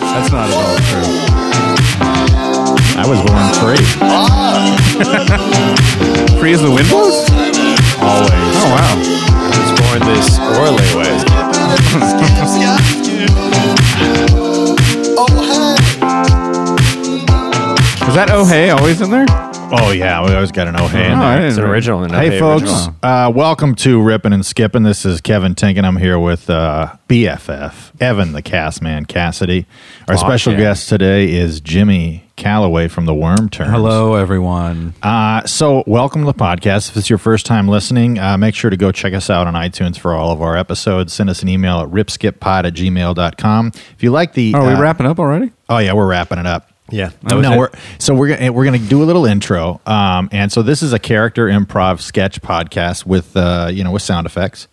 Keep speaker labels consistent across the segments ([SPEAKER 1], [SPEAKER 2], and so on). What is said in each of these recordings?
[SPEAKER 1] That's not at all true. I was born free.
[SPEAKER 2] Free as the wind blows?
[SPEAKER 1] Always.
[SPEAKER 2] Oh, wow.
[SPEAKER 3] was born this orally way.
[SPEAKER 2] Oh, Was that Oh Hey always in there?
[SPEAKER 1] Oh yeah, we always got an oh hey. in
[SPEAKER 2] Oh,
[SPEAKER 1] there.
[SPEAKER 2] I didn't
[SPEAKER 3] It's an
[SPEAKER 2] re-
[SPEAKER 3] original. and
[SPEAKER 1] Hey
[SPEAKER 3] okay,
[SPEAKER 1] folks,
[SPEAKER 3] original.
[SPEAKER 1] uh, welcome to Ripping and Skipping. This is Kevin Tinkin. I'm here with uh, BFF Evan, the cast man Cassidy. Our special
[SPEAKER 3] yeah.
[SPEAKER 1] guest today is Jimmy Calloway from the Worm Turns.
[SPEAKER 2] Hello, everyone.
[SPEAKER 1] Uh, so, welcome to the podcast. If it's your first time listening, uh, make sure to go check us out on iTunes for all of our episodes. Send us an email at ripskippod at gmail.com. If you like the.
[SPEAKER 2] Are we
[SPEAKER 1] uh,
[SPEAKER 2] wrapping up already?
[SPEAKER 1] Oh, yeah, we're wrapping it up.
[SPEAKER 3] Yeah.
[SPEAKER 2] was
[SPEAKER 1] no,
[SPEAKER 2] it.
[SPEAKER 1] we're so we're gonna we're gonna do a little intro, um, and so this is a character improv sketch podcast with uh, you know with sound effects.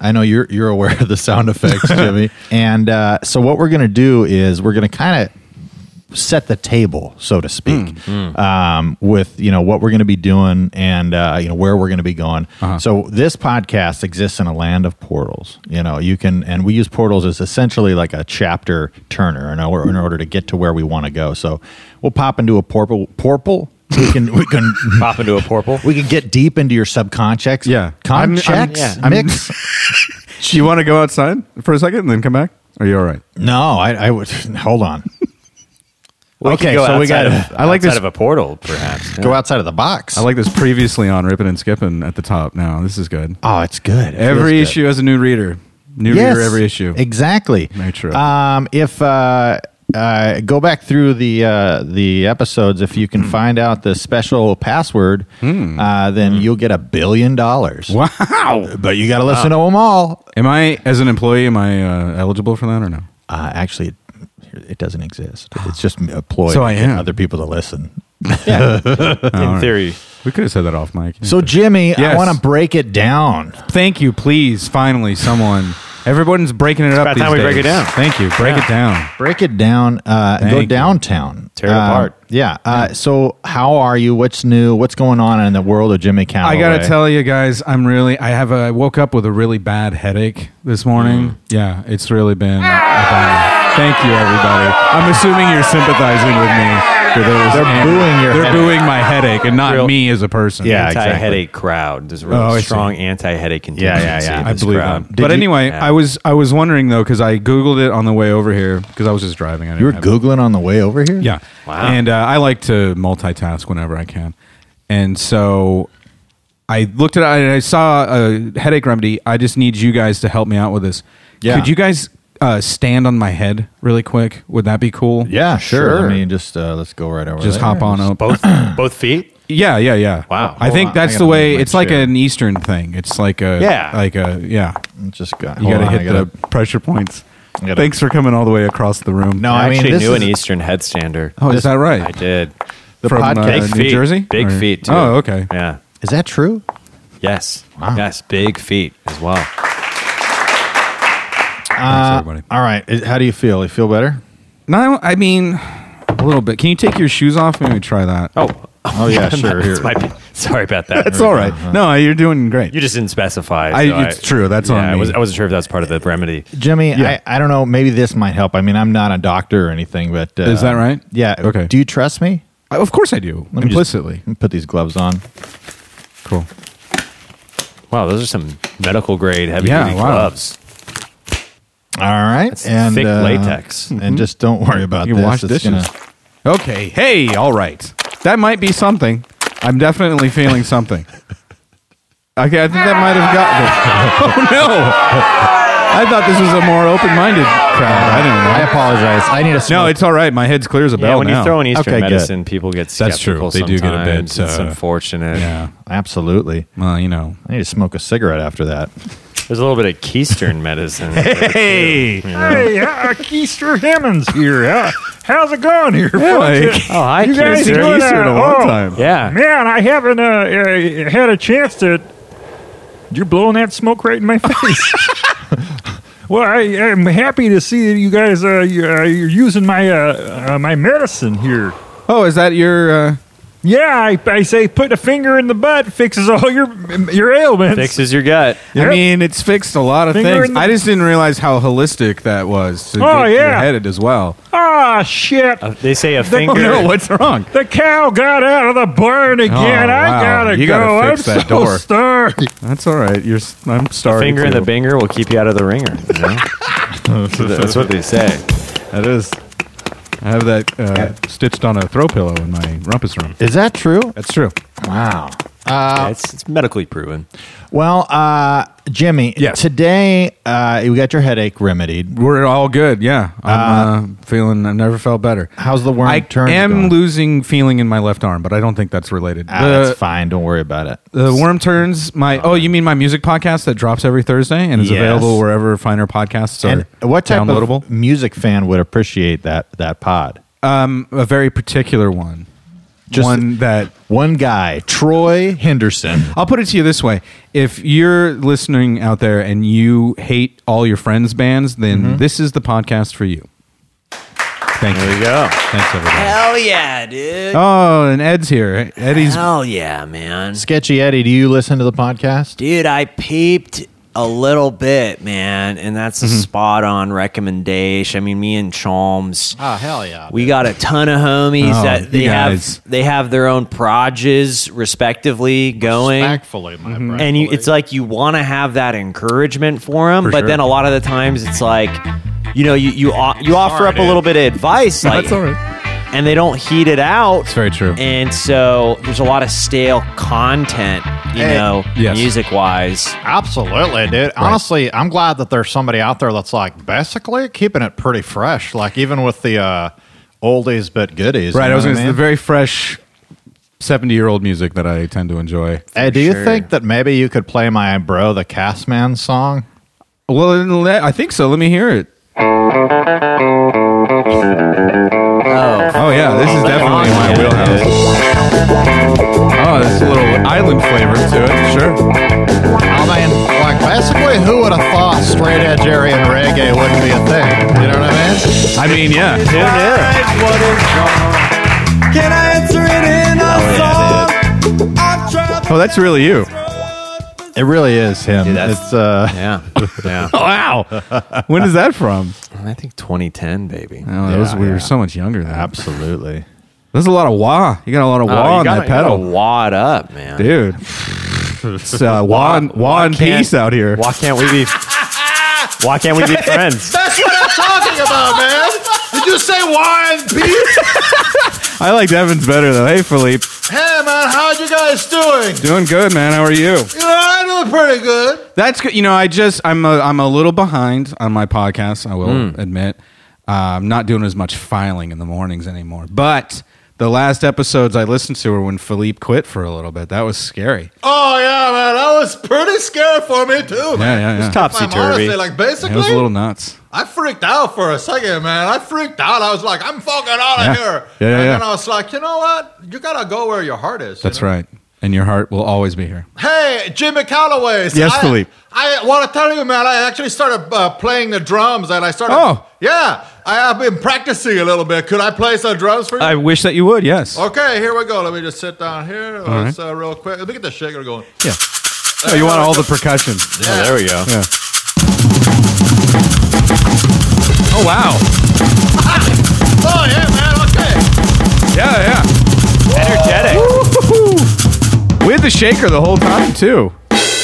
[SPEAKER 1] I know you're you're aware of the sound effects, Jimmy. and uh, so what we're gonna do is we're gonna kind of set the table, so to speak,
[SPEAKER 2] Mm,
[SPEAKER 1] Um, with you know what we're going to be doing and uh, you know where we're going to be going.
[SPEAKER 2] Uh-huh.
[SPEAKER 1] So this podcast exists in a land of portals. You know, you can and we use portals as essentially like a chapter turner in, or, in order to get to where we want to go. So we'll pop into a portal. Portal. We can we can
[SPEAKER 3] Pop into a portal.
[SPEAKER 1] we can get deep into your subconscious.
[SPEAKER 2] Yeah. I'm- I'm-
[SPEAKER 1] Conchects?
[SPEAKER 3] yeah.
[SPEAKER 1] mix.
[SPEAKER 2] Do you want to go outside for a second and then come back? Are you all right?
[SPEAKER 1] no, I, I would hold on.
[SPEAKER 3] We
[SPEAKER 1] Okay,
[SPEAKER 3] could go
[SPEAKER 1] so we
[SPEAKER 3] outside
[SPEAKER 1] gotta-
[SPEAKER 3] Of,
[SPEAKER 2] I like
[SPEAKER 3] outside
[SPEAKER 2] this-
[SPEAKER 3] of a portal, perhaps.
[SPEAKER 1] Go outside of the box.
[SPEAKER 2] I like this previously on Ripping and Skipping at the top. Now this is good.
[SPEAKER 1] Oh, it's good. It feels
[SPEAKER 2] Every
[SPEAKER 1] good.
[SPEAKER 2] issue has a new reader. New reader every issue.
[SPEAKER 1] Exactly.
[SPEAKER 2] Very true.
[SPEAKER 1] Um, if uh, uh, go back through the uh, the episodes, if you can
[SPEAKER 2] Hmm.
[SPEAKER 1] find out the special password, uh, then you'll get a billion dollars.
[SPEAKER 2] Hmm. Wow.
[SPEAKER 1] But you got to listen to them all.
[SPEAKER 2] Am I as an employee? Am I uh, eligible for that or no?
[SPEAKER 1] Uh, actually, it, it doesn't exist. It's just a ploy
[SPEAKER 2] So I
[SPEAKER 1] to get
[SPEAKER 2] am.
[SPEAKER 1] other people to listen.
[SPEAKER 3] In theory,
[SPEAKER 2] We could have said that off mic.
[SPEAKER 1] So Jimmy, I
[SPEAKER 2] Yes.
[SPEAKER 1] want to break it down.
[SPEAKER 2] thank you, please. Finally, someone. Everyone's breaking it up.
[SPEAKER 3] about
[SPEAKER 2] these
[SPEAKER 3] time we break
[SPEAKER 2] days.
[SPEAKER 3] it down.
[SPEAKER 2] Thank you. Break
[SPEAKER 3] Yeah.
[SPEAKER 2] it down.
[SPEAKER 1] Break it down. Uh,
[SPEAKER 2] Thank
[SPEAKER 1] go
[SPEAKER 2] you.
[SPEAKER 1] downtown.
[SPEAKER 3] Tear it
[SPEAKER 1] Uh,
[SPEAKER 3] apart.
[SPEAKER 1] Yeah. Uh, so how are you? What's new? What's going on in the world of Jimmy Calloway?
[SPEAKER 2] I gotta tell you guys, I'm really. I have a. I woke up with a really bad headache this
[SPEAKER 3] Mm.
[SPEAKER 2] morning. Yeah, it's really been. a bummer. Thank you, everybody. I'm assuming you're sympathizing with me for those.
[SPEAKER 1] They're
[SPEAKER 2] and-
[SPEAKER 1] booing your
[SPEAKER 2] They're
[SPEAKER 1] headache.
[SPEAKER 2] booing my headache, and not
[SPEAKER 3] Real-
[SPEAKER 2] me as a person.
[SPEAKER 1] Yeah, exactly.
[SPEAKER 3] anti-headache crowd. There's a really
[SPEAKER 2] Oh, I see.
[SPEAKER 3] strong anti-headache
[SPEAKER 1] yeah,
[SPEAKER 3] contingency.
[SPEAKER 1] yeah.
[SPEAKER 3] in
[SPEAKER 2] I
[SPEAKER 3] this
[SPEAKER 2] believe
[SPEAKER 3] crowd.
[SPEAKER 2] that. But
[SPEAKER 1] you-
[SPEAKER 2] anyway,
[SPEAKER 3] Yeah.
[SPEAKER 2] I was I was wondering though because I googled it on the way over here because I was just driving. I didn't
[SPEAKER 1] You were
[SPEAKER 2] have-
[SPEAKER 1] Googling on the way over here?
[SPEAKER 2] Yeah.
[SPEAKER 3] Wow.
[SPEAKER 2] And uh, I like to multitask whenever I can. And so I looked at it and I saw a headache remedy. I just need you guys to help me out with this.
[SPEAKER 1] Yeah.
[SPEAKER 2] Could you guys uh, stand on my head really quick? Would that be cool?
[SPEAKER 1] Yeah, sure.
[SPEAKER 3] Sure.
[SPEAKER 1] I mean, just uh, let's go right over.
[SPEAKER 2] Just
[SPEAKER 1] there.
[SPEAKER 2] hop on up.
[SPEAKER 3] both both feet.
[SPEAKER 2] Yeah, yeah, yeah.
[SPEAKER 3] Wow.
[SPEAKER 2] I think
[SPEAKER 1] on, I
[SPEAKER 2] that's
[SPEAKER 1] gotta
[SPEAKER 2] the way
[SPEAKER 1] move my
[SPEAKER 2] it's like
[SPEAKER 1] chair.
[SPEAKER 2] an Eastern thing. It's like a
[SPEAKER 3] Yeah.
[SPEAKER 2] like a yeah.
[SPEAKER 1] Let's Just go,
[SPEAKER 2] You gotta hit the pressure points.
[SPEAKER 1] I gotta-
[SPEAKER 2] Thanks for coming all the way across the room.
[SPEAKER 1] No,
[SPEAKER 3] I,
[SPEAKER 1] I, mean,
[SPEAKER 3] actually
[SPEAKER 1] this
[SPEAKER 3] knew an
[SPEAKER 1] is-
[SPEAKER 3] Eastern headstander.
[SPEAKER 2] Oh, is that right?
[SPEAKER 3] I did.
[SPEAKER 1] the
[SPEAKER 2] From uh,
[SPEAKER 1] podcast.
[SPEAKER 3] Big
[SPEAKER 2] New
[SPEAKER 3] feet.
[SPEAKER 2] Jersey?
[SPEAKER 3] Big
[SPEAKER 2] Or-
[SPEAKER 3] feet. Too.
[SPEAKER 2] Oh, okay.
[SPEAKER 3] Yeah.
[SPEAKER 1] is that true?
[SPEAKER 3] Yes.
[SPEAKER 1] Wow.
[SPEAKER 3] Yes. Big feet as well.
[SPEAKER 2] Thanks, everybody.
[SPEAKER 1] Uh, All right. Is- How do you feel? You feel better?
[SPEAKER 2] Uh, No, I mean a little bit. Can you take your shoes off? Maybe try that.
[SPEAKER 3] Oh.
[SPEAKER 1] Oh yeah, sure.
[SPEAKER 3] That's
[SPEAKER 1] Here.
[SPEAKER 3] my bad. sorry about that.
[SPEAKER 2] That's all right.
[SPEAKER 1] Uh-huh.
[SPEAKER 2] No, you're doing great.
[SPEAKER 3] You just didn't specify.
[SPEAKER 2] I- it's true. That's
[SPEAKER 3] yeah,
[SPEAKER 2] on
[SPEAKER 3] I,
[SPEAKER 2] me.
[SPEAKER 3] was, I wasn't sure if that's part of the remedy.
[SPEAKER 1] Jimmy,
[SPEAKER 2] Yeah.
[SPEAKER 1] I, I don't know. Maybe this might help. I mean, I'm not a doctor or anything, but uh,
[SPEAKER 2] Is that right?
[SPEAKER 1] Yeah.
[SPEAKER 2] Okay.
[SPEAKER 1] Do you trust me?
[SPEAKER 2] I- of course I do.
[SPEAKER 1] Let me just-
[SPEAKER 2] implicitly.
[SPEAKER 1] let me put these gloves on.
[SPEAKER 2] cool.
[SPEAKER 3] Wow, those are some medical grade heavy
[SPEAKER 2] Yeah,
[SPEAKER 3] duty
[SPEAKER 2] wow.
[SPEAKER 3] gloves.
[SPEAKER 1] All right. and
[SPEAKER 3] thick
[SPEAKER 1] uh,
[SPEAKER 3] latex.
[SPEAKER 1] And just don't worry about
[SPEAKER 2] You
[SPEAKER 1] this.
[SPEAKER 2] wash
[SPEAKER 1] It's
[SPEAKER 2] dishes.
[SPEAKER 1] gonna-
[SPEAKER 2] Okay. Hey. All right. That might be something. I'm definitely feeling something. Okay. I think that might have gotten. oh no! I thought this was a more open-minded crowd. I didn't
[SPEAKER 1] I
[SPEAKER 2] know.
[SPEAKER 1] apologize. I need a
[SPEAKER 2] No,
[SPEAKER 1] smoke.
[SPEAKER 2] it's all right. My head's clear as a
[SPEAKER 3] Yeah,
[SPEAKER 2] bell
[SPEAKER 3] when
[SPEAKER 2] now.
[SPEAKER 3] you throw in Eastern
[SPEAKER 1] Okay, good.
[SPEAKER 3] medicine, people get skeptical
[SPEAKER 2] That's true. They do get a bit,
[SPEAKER 3] sometimes. It's
[SPEAKER 2] uh,
[SPEAKER 3] unfortunate.
[SPEAKER 2] yeah.
[SPEAKER 1] Absolutely.
[SPEAKER 2] Well, you know.
[SPEAKER 1] I need to smoke a cigarette after that.
[SPEAKER 3] There's a little bit of Keystern medicine.
[SPEAKER 2] Hey.
[SPEAKER 1] Hey, uh, Keister Hammonds here. Uh, how's it going here?
[SPEAKER 2] Yeah, like,
[SPEAKER 3] oh, hi,
[SPEAKER 2] you guys
[SPEAKER 3] Keystern.
[SPEAKER 2] doing Eastern a long
[SPEAKER 4] oh.
[SPEAKER 2] time.
[SPEAKER 3] Yeah.
[SPEAKER 4] Man, I haven't uh, uh, had a chance to. You're blowing that smoke right in my face. well, I, I'm happy to see that you guys uh, you, uh, you're using my uh, uh, my medicine here.
[SPEAKER 2] Oh, is that your? Uh,
[SPEAKER 4] Yeah, I, I say put a finger in the butt fixes all your your ailments.
[SPEAKER 3] Fixes your gut.
[SPEAKER 2] I mean, it's fixed a lot of
[SPEAKER 4] Finger
[SPEAKER 2] things.
[SPEAKER 4] in the-
[SPEAKER 2] I just didn't realize how holistic that was. To
[SPEAKER 4] Oh,
[SPEAKER 2] get
[SPEAKER 4] yeah.
[SPEAKER 2] your head it as well.
[SPEAKER 4] Ah, shit.
[SPEAKER 3] Uh, They say a
[SPEAKER 4] They-
[SPEAKER 2] Oh,
[SPEAKER 3] finger.
[SPEAKER 2] no, what's wrong?
[SPEAKER 4] the cow got out of the barn again.
[SPEAKER 2] Oh,
[SPEAKER 4] I
[SPEAKER 2] wow.
[SPEAKER 4] gotta
[SPEAKER 2] You
[SPEAKER 4] go.
[SPEAKER 2] gotta fix
[SPEAKER 4] I'm
[SPEAKER 2] that
[SPEAKER 4] so
[SPEAKER 2] door.
[SPEAKER 4] starved.
[SPEAKER 2] That's all right. You're. s- I'm sorry.
[SPEAKER 3] Finger in
[SPEAKER 2] too.
[SPEAKER 3] the binger will keep you out of the ringer. You know? That's what they say.
[SPEAKER 2] That is. I have that uh, stitched on a throw pillow in my rumpus room.
[SPEAKER 1] Is that true?
[SPEAKER 2] That's true.
[SPEAKER 1] Wow.
[SPEAKER 5] Uh,
[SPEAKER 3] Yeah, it's, it's medically proven.
[SPEAKER 1] Well, uh, Jimmy,
[SPEAKER 2] Yes.
[SPEAKER 1] today uh, you got your headache remedied.
[SPEAKER 2] We're all good. Yeah, I'm uh, feeling. I never felt better.
[SPEAKER 1] How's the worm
[SPEAKER 2] I
[SPEAKER 1] turn?
[SPEAKER 2] am
[SPEAKER 1] going?
[SPEAKER 2] losing feeling in my left arm, but I don't think that's related.
[SPEAKER 1] Ah,
[SPEAKER 2] the,
[SPEAKER 1] that's fine. Don't worry about it.
[SPEAKER 2] the worm turns my. Oh, you mean my music podcast that drops every Thursday and is
[SPEAKER 1] Yes.
[SPEAKER 2] available wherever finer podcasts are
[SPEAKER 1] And what type
[SPEAKER 2] downloadable?
[SPEAKER 1] of music fan would appreciate that that pod?
[SPEAKER 2] um, a very particular one.
[SPEAKER 1] Just-
[SPEAKER 2] one that
[SPEAKER 1] One guy, Troy Henderson.
[SPEAKER 2] I'll put it to you this way: if you're listening out there and you hate all your friends' bands, then this is the podcast for you. Thank you.
[SPEAKER 3] There you go.
[SPEAKER 2] Thanks, everybody.
[SPEAKER 5] Hell yeah, dude.
[SPEAKER 2] Oh, and Ed's here. Eddie's
[SPEAKER 5] Hell yeah, man.
[SPEAKER 1] Sketchy Eddie, do you listen to the podcast?
[SPEAKER 5] Dude, I peeped a little bit, man, and that's a
[SPEAKER 2] Mm-hmm.
[SPEAKER 5] spot on recommendation. I mean, me and Chalms.
[SPEAKER 2] Ah,
[SPEAKER 1] Oh, hell yeah.
[SPEAKER 5] We got a ton of homies
[SPEAKER 2] Oh,
[SPEAKER 5] that they
[SPEAKER 2] you guys.
[SPEAKER 5] have they have their own prods respectively going.
[SPEAKER 1] my
[SPEAKER 2] Mm-hmm.
[SPEAKER 5] and you, it's like you want to have that encouragement for them,
[SPEAKER 2] For
[SPEAKER 5] but
[SPEAKER 2] sure.
[SPEAKER 5] then a lot of the times it's like, you know, you you, o- you offer up a little bit of advice, like,
[SPEAKER 2] right.
[SPEAKER 5] and they don't heed it out.
[SPEAKER 2] It's very true.
[SPEAKER 5] And so there's a lot of stale content, you
[SPEAKER 1] Hey.
[SPEAKER 5] know,
[SPEAKER 2] Yes.
[SPEAKER 5] music wise.
[SPEAKER 1] Absolutely, dude. Honestly, I'm glad that there's somebody out there that's like basically keeping it pretty fresh, like even with the uh, oldies but goodies.
[SPEAKER 2] Right.
[SPEAKER 1] you
[SPEAKER 2] I was
[SPEAKER 1] know
[SPEAKER 2] going to
[SPEAKER 1] what
[SPEAKER 2] say the
[SPEAKER 1] mean?
[SPEAKER 2] very fresh 70 year old music that I tend to enjoy.
[SPEAKER 1] Hey, do you think that maybe you could play my bro the Castman song?
[SPEAKER 2] Well, then let- I think so. Let me hear it.
[SPEAKER 5] Oh,
[SPEAKER 2] Oh, yeah. This is definitely in my wheelhouse. Oh, there's a little island flavor to it. Sure.
[SPEAKER 1] I mean, like basically, who would have thought straight edge area and reggae wouldn't be a thing? You know what I mean?
[SPEAKER 2] I mean, yeah.
[SPEAKER 6] Can I answer it in a song?
[SPEAKER 2] Oh, that's really you.
[SPEAKER 1] It really is him.
[SPEAKER 5] Dude, that's-
[SPEAKER 1] it's uh,
[SPEAKER 5] yeah. Yeah.
[SPEAKER 2] Wow. when is that from?
[SPEAKER 5] I think 2010, baby.
[SPEAKER 2] Oh, that was, we were so much younger then.
[SPEAKER 1] absolutely.
[SPEAKER 2] There's a lot of wah. You got a lot of wah
[SPEAKER 5] Oh, you
[SPEAKER 2] on
[SPEAKER 5] gotta,
[SPEAKER 2] that
[SPEAKER 5] you gotta
[SPEAKER 2] pedal.
[SPEAKER 5] wad up, man.
[SPEAKER 2] Dude. It's uh, wah, and- wah in
[SPEAKER 3] can't-
[SPEAKER 2] peace out here.
[SPEAKER 3] Why can't we be? Why can't we be friends?
[SPEAKER 1] That's what I'm talking about, man. Did you say wine beef?
[SPEAKER 2] I liked Evans better, though. Hey, Philippe.
[SPEAKER 1] Hey, man, how'd you guys doing?
[SPEAKER 2] Doing good, man. How are you?
[SPEAKER 1] You know, I doing pretty good.
[SPEAKER 2] That's good. You know, I just I'm a, I'm a little behind on my podcast. I will admit, uh, I'm not doing as much filing in the mornings anymore. But the last episodes I listened to were when Philippe quit for a little bit. That was scary.
[SPEAKER 1] Oh yeah, man, that was pretty scary for me too.
[SPEAKER 2] Yeah,
[SPEAKER 1] man.
[SPEAKER 2] yeah, yeah.
[SPEAKER 3] Topsy
[SPEAKER 1] I'm honestly,
[SPEAKER 3] turvy.
[SPEAKER 1] like
[SPEAKER 2] It
[SPEAKER 1] basically,
[SPEAKER 2] was a little nuts.
[SPEAKER 1] I freaked out for a second, man. I freaked out. I was like, I'm fucking out
[SPEAKER 2] Yeah.
[SPEAKER 1] of here.
[SPEAKER 2] Yeah, yeah,
[SPEAKER 1] and
[SPEAKER 2] yeah.
[SPEAKER 1] then I was like, you know what? You gotta go where your heart is. you
[SPEAKER 2] That's
[SPEAKER 1] know?
[SPEAKER 2] right. And your heart will always be here.
[SPEAKER 1] Hey, Jimmy Calloway.
[SPEAKER 2] Yes,
[SPEAKER 1] I,
[SPEAKER 2] Philippe.
[SPEAKER 1] I want to tell you, man. I actually started uh, playing the drums, and I started.
[SPEAKER 2] Oh.
[SPEAKER 1] yeah. I have been practicing a little bit. Could I play some drums for you?
[SPEAKER 2] I wish that you would. Yes.
[SPEAKER 1] okay, here we go. Let me just sit down here. Let's, uh, real quick. Look at the shaker going.
[SPEAKER 2] Yeah. Oh, you want all the percussion?
[SPEAKER 3] Yeah, there we go.
[SPEAKER 2] Yeah. Oh wow.
[SPEAKER 1] Oh yeah, man. Okay.
[SPEAKER 2] Yeah, yeah.
[SPEAKER 3] Energetic.
[SPEAKER 2] Woo-hoo-hoo. With the shaker the whole time too.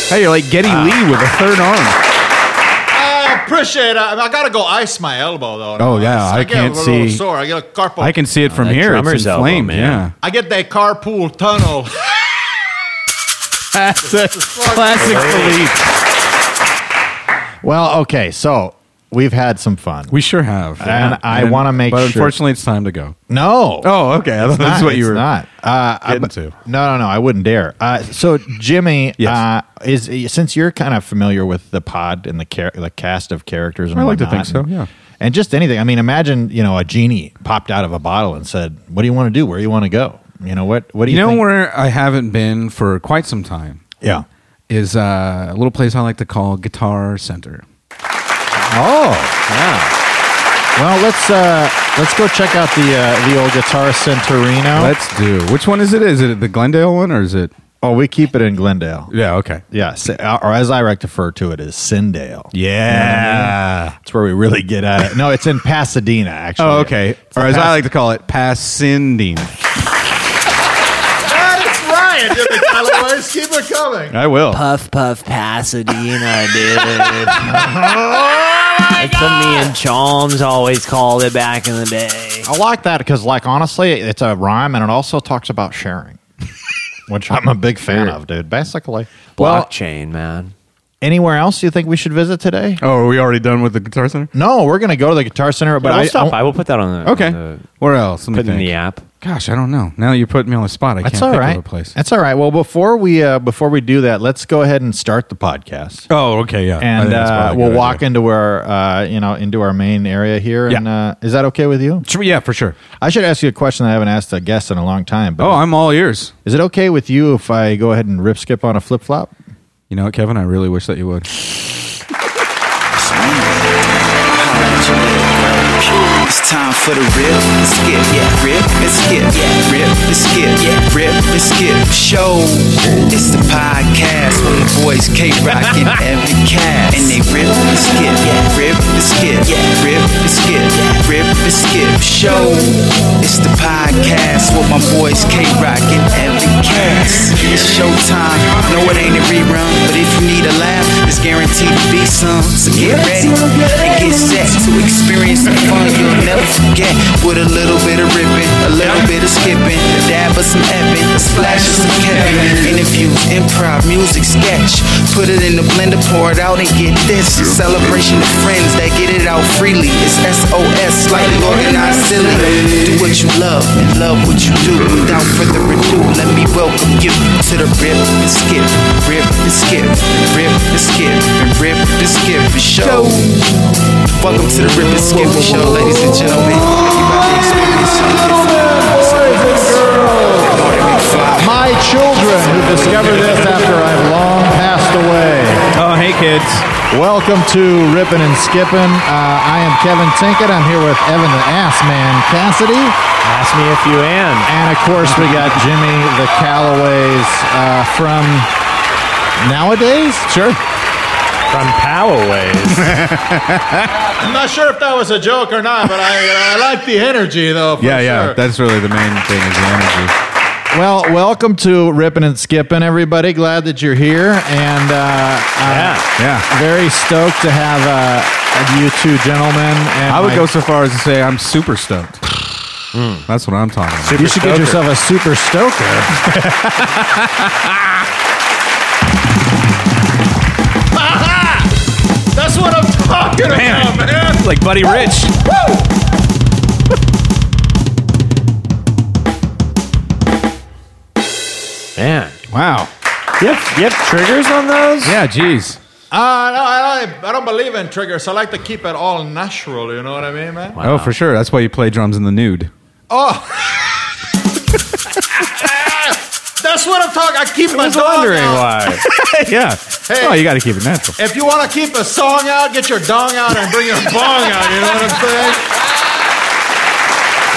[SPEAKER 2] Hey, you're like Getty Lee with a third arm.
[SPEAKER 1] I appreciate it. I, mean, I gotta go ice my elbow though.
[SPEAKER 2] Oh, yeah, I
[SPEAKER 1] get
[SPEAKER 2] can't
[SPEAKER 1] a little
[SPEAKER 2] see-
[SPEAKER 1] Sore. I get a carpal.
[SPEAKER 2] I can see it from
[SPEAKER 3] that
[SPEAKER 2] here. It's
[SPEAKER 3] drummer's elbow,
[SPEAKER 2] inflamed.
[SPEAKER 3] man.
[SPEAKER 2] yeah.
[SPEAKER 1] I get that carpool tunnel.
[SPEAKER 2] Classic, classic Philippe.
[SPEAKER 1] well, okay. So we've had some fun.
[SPEAKER 2] We sure have.
[SPEAKER 1] And I wanna make
[SPEAKER 2] but
[SPEAKER 1] sure-
[SPEAKER 2] unfortunately, it's time to go.
[SPEAKER 1] no.
[SPEAKER 2] Oh, okay. I thought that's
[SPEAKER 1] not-
[SPEAKER 2] what you
[SPEAKER 1] it's
[SPEAKER 2] were.
[SPEAKER 1] not. Uh, I-
[SPEAKER 2] getting
[SPEAKER 1] but-
[SPEAKER 2] to.
[SPEAKER 1] No, no, no. I wouldn't dare. Uh, so, Jimmy,
[SPEAKER 2] Yes.
[SPEAKER 1] uh, is since you're kind of familiar with the pod and the char- the cast of characters, and
[SPEAKER 2] I like to
[SPEAKER 1] whatnot,
[SPEAKER 2] think so, yeah.
[SPEAKER 1] And, and just anything. I mean, imagine you know a genie popped out of a bottle and said, "What do you want to do? Where do you want to go? You know what? What do
[SPEAKER 2] You
[SPEAKER 1] you,
[SPEAKER 2] know
[SPEAKER 1] think?
[SPEAKER 2] where I haven't been for quite some time
[SPEAKER 1] Yeah.
[SPEAKER 2] is uh, a little place I like to call Guitar Center.
[SPEAKER 1] Oh, yeah. Well, let's. Uh, Let's go check out the uh, the old guitar Centurino.
[SPEAKER 2] Let's do. Which one is it? Is it the Glendale one or is it?
[SPEAKER 1] oh, we keep it in Glendale.
[SPEAKER 2] Yeah. Okay.
[SPEAKER 1] Yeah, Sa- or as I like to refer to it, is Sindale.
[SPEAKER 2] Yeah.
[SPEAKER 1] That's where we really get at it. No, it's in Pasadena, actually.
[SPEAKER 2] Oh, okay.
[SPEAKER 1] Or
[SPEAKER 2] Or as I like to call it, passending.
[SPEAKER 1] Otherwise, keep it coming.
[SPEAKER 2] I will.
[SPEAKER 5] Puff Puff Pasadena, dude.
[SPEAKER 3] Oh
[SPEAKER 5] That's what me and Chalms always called it back in the day.
[SPEAKER 1] I like that because, like, honestly, it's a rhyme and it also talks about sharing, which I'm a big fan of, dude. Basically, well,
[SPEAKER 5] Blockchain, man.
[SPEAKER 1] anywhere else you think we should visit today?
[SPEAKER 2] Oh, are we already done with the guitar center?
[SPEAKER 1] No, we're gonna go to the Guitar Center, but
[SPEAKER 3] But
[SPEAKER 1] I,
[SPEAKER 3] I'll stop.
[SPEAKER 1] I-
[SPEAKER 3] I will put that on the.
[SPEAKER 2] Okay.
[SPEAKER 3] on the-
[SPEAKER 2] Where else? Let me
[SPEAKER 3] put it in
[SPEAKER 2] think.
[SPEAKER 3] Uh, the app.
[SPEAKER 2] Gosh, I don't know. Now you're putting me on the spot. I
[SPEAKER 1] that's
[SPEAKER 2] can't
[SPEAKER 1] all
[SPEAKER 2] think
[SPEAKER 1] right.
[SPEAKER 2] of a place.
[SPEAKER 1] That's all right. Well, before we uh, before we do that, let's go ahead and start the podcast,
[SPEAKER 2] oh, okay. Yeah. I
[SPEAKER 1] and
[SPEAKER 2] think that's
[SPEAKER 1] uh,
[SPEAKER 2] probably a
[SPEAKER 1] we'll
[SPEAKER 2] good
[SPEAKER 1] walk
[SPEAKER 2] idea.
[SPEAKER 1] into our uh, you know into our main area here.
[SPEAKER 2] Yeah.
[SPEAKER 1] And uh, is that okay with you?
[SPEAKER 2] Sure, Yeah, for sure.
[SPEAKER 1] I should ask you a question that I haven't asked a guest in a long time. But
[SPEAKER 2] Oh, I'm all ears.
[SPEAKER 1] is it okay with you if I go ahead and rip skip on a flip flop?
[SPEAKER 2] You know, what, Kevin, I really wish that you would.
[SPEAKER 6] It's time for the rip and skip, yeah. Rip and skip, yeah. Rip and skip, yeah. Rip and skip show. It's the podcast where the boys K Rock and every cast. And they rip and skip, yeah. Rip and skip, yeah. Rip and skip, yeah. Rip and skip show. It's the podcast with my boys K Rock and every cast. It's showtime. No, it ain't a rerun, but if you need a laugh, it's guaranteed to be some. So get ready and get set to experience the fun you'll never forget. With a little bit of ripping, a little bit of skipping, a dab of some epping, a splash of some Kevin. Interviews, improv, music, sketch. Put it in the blender, pour it out, and get this. A celebration of friends that get it out freely. It's SOS, slightly organized, silly. Do what you love and love what you do. Without further ado, let me welcome you to the rip and skip, rip and skip, rip and skip, and rip and skip show. Welcome to the Rip and Skip Show, ladies and gentlemen. You about to experience something different.
[SPEAKER 1] My children who discovered this after I've long passed away.
[SPEAKER 2] Oh, hey, kids.
[SPEAKER 1] Welcome to Rippin' and Skippin'. Uh, I am Kevin Tinkett. I'm here with Evan the Ass Man Cassidy.
[SPEAKER 3] Ask me if you am.
[SPEAKER 1] And of course, we got Jimmy the Callaways uh, from nowadays. Sure.
[SPEAKER 3] From Poway's.
[SPEAKER 1] I'm not sure if that was a joke or not, but I, I like the energy, though.
[SPEAKER 2] Yeah, yeah. That's really the main thing is the energy.
[SPEAKER 1] well, welcome to Rippin' and Skippin', everybody. Glad that you're here. And uh,
[SPEAKER 3] Yeah.
[SPEAKER 1] uh,
[SPEAKER 2] Yeah.
[SPEAKER 1] very stoked to have uh, you two gentlemen. And
[SPEAKER 2] I would
[SPEAKER 1] my-
[SPEAKER 2] go so far as to say I'm super stoked.
[SPEAKER 5] Hmm.
[SPEAKER 2] That's what I'm talking about.
[SPEAKER 1] You should get yourself a super stoker. That's what I'm talking
[SPEAKER 3] Man. Like Buddy Rich. Man.
[SPEAKER 2] Wow.
[SPEAKER 3] You have, you have triggers on those?
[SPEAKER 2] Yeah, geez.
[SPEAKER 1] Uh, no, I, I don't believe in triggers. I like to keep it all natural. You know what I mean, man?
[SPEAKER 2] Oh, for sure. That's why you play drums in the nude.
[SPEAKER 1] That's what I'm talking. I keep
[SPEAKER 3] I
[SPEAKER 1] my
[SPEAKER 3] was
[SPEAKER 1] dog
[SPEAKER 3] wondering
[SPEAKER 1] out.
[SPEAKER 3] why.
[SPEAKER 2] yeah. Oh, you got to keep it natural.
[SPEAKER 1] If you want to keep a song out, get your dong out and bring your bong out. You know what I'm saying?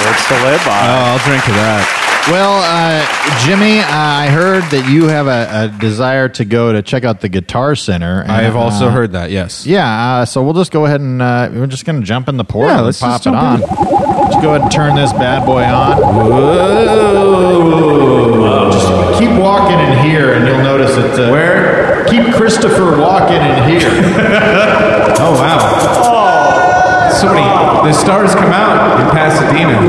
[SPEAKER 3] Words to live
[SPEAKER 2] Oh,
[SPEAKER 3] by.
[SPEAKER 5] Uh,
[SPEAKER 2] I'll drink to that.
[SPEAKER 1] Well, uh, Jimmy, uh, I heard that you have a, a desire to go to check out the Guitar Center. and,
[SPEAKER 2] I have also
[SPEAKER 1] uh,
[SPEAKER 2] heard that. Yes.
[SPEAKER 1] Yeah, uh, so we'll just go ahead and uh, we're just going to jump in the portal
[SPEAKER 2] Yeah,
[SPEAKER 1] and
[SPEAKER 2] let's
[SPEAKER 1] pop
[SPEAKER 2] just
[SPEAKER 1] it
[SPEAKER 2] jump
[SPEAKER 1] on.
[SPEAKER 2] in.
[SPEAKER 1] Let's go ahead and turn this bad boy on. Just keep walking in here, and you'll notice that. Uh, Where? Keep Christopher walking in here.
[SPEAKER 2] Oh wow. So many. The stars come out in Pasadena.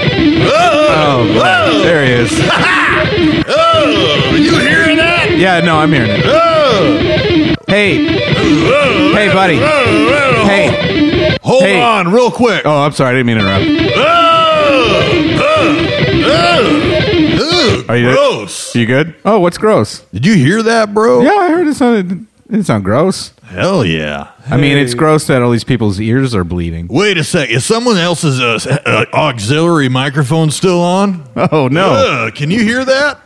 [SPEAKER 2] Oh, boy. There he is.
[SPEAKER 6] You hearing that?
[SPEAKER 2] Yeah, no, I'm hearing it. Hey, hey, buddy. Hey,
[SPEAKER 1] Hold
[SPEAKER 2] Hey.
[SPEAKER 1] on, real quick.
[SPEAKER 2] oh, I'm sorry, I didn't mean to interrupt. Are you
[SPEAKER 1] Gross.
[SPEAKER 2] you good? Oh, what's gross? Oh,
[SPEAKER 1] Did you hear that, bro?
[SPEAKER 2] Yeah, I heard it sounded It's not gross.
[SPEAKER 5] Hell yeah.
[SPEAKER 2] I mean, it's gross that all these people's ears are bleeding.
[SPEAKER 5] Wait a sec. Is someone else's uh, s- uh, auxiliary microphone still on?
[SPEAKER 2] Oh no!
[SPEAKER 5] Ugh, can you hear that?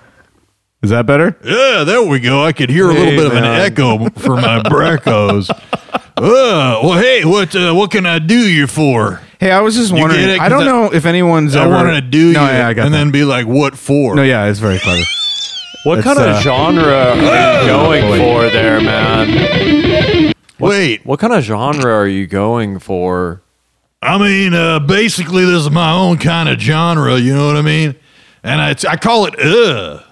[SPEAKER 2] Is that better?
[SPEAKER 5] Yeah, there we go. I could hear a little
[SPEAKER 2] Hey,
[SPEAKER 5] bit of an
[SPEAKER 2] man.
[SPEAKER 5] echo for my bracos. Uh, well, hey, what uh, what can I do you for?
[SPEAKER 2] Hey, I was just
[SPEAKER 5] get
[SPEAKER 2] wondering.
[SPEAKER 5] it?
[SPEAKER 2] I don't
[SPEAKER 5] 'Cause I-
[SPEAKER 2] know if anyone's
[SPEAKER 5] I
[SPEAKER 2] ever
[SPEAKER 5] wanted to do
[SPEAKER 2] No,
[SPEAKER 5] you,
[SPEAKER 2] yeah, I got
[SPEAKER 5] and
[SPEAKER 2] that.
[SPEAKER 5] then be like, "What for?"
[SPEAKER 2] no, yeah, it's very clever.
[SPEAKER 3] What
[SPEAKER 2] It's,
[SPEAKER 3] kind of
[SPEAKER 2] uh,
[SPEAKER 3] genre are you going
[SPEAKER 2] boy.
[SPEAKER 3] for there, man?
[SPEAKER 5] Wait,
[SPEAKER 3] What kind of genre are you going for?
[SPEAKER 5] I mean, uh, basically, this is my own kind of genre. You know what I mean? And I, I call it uh,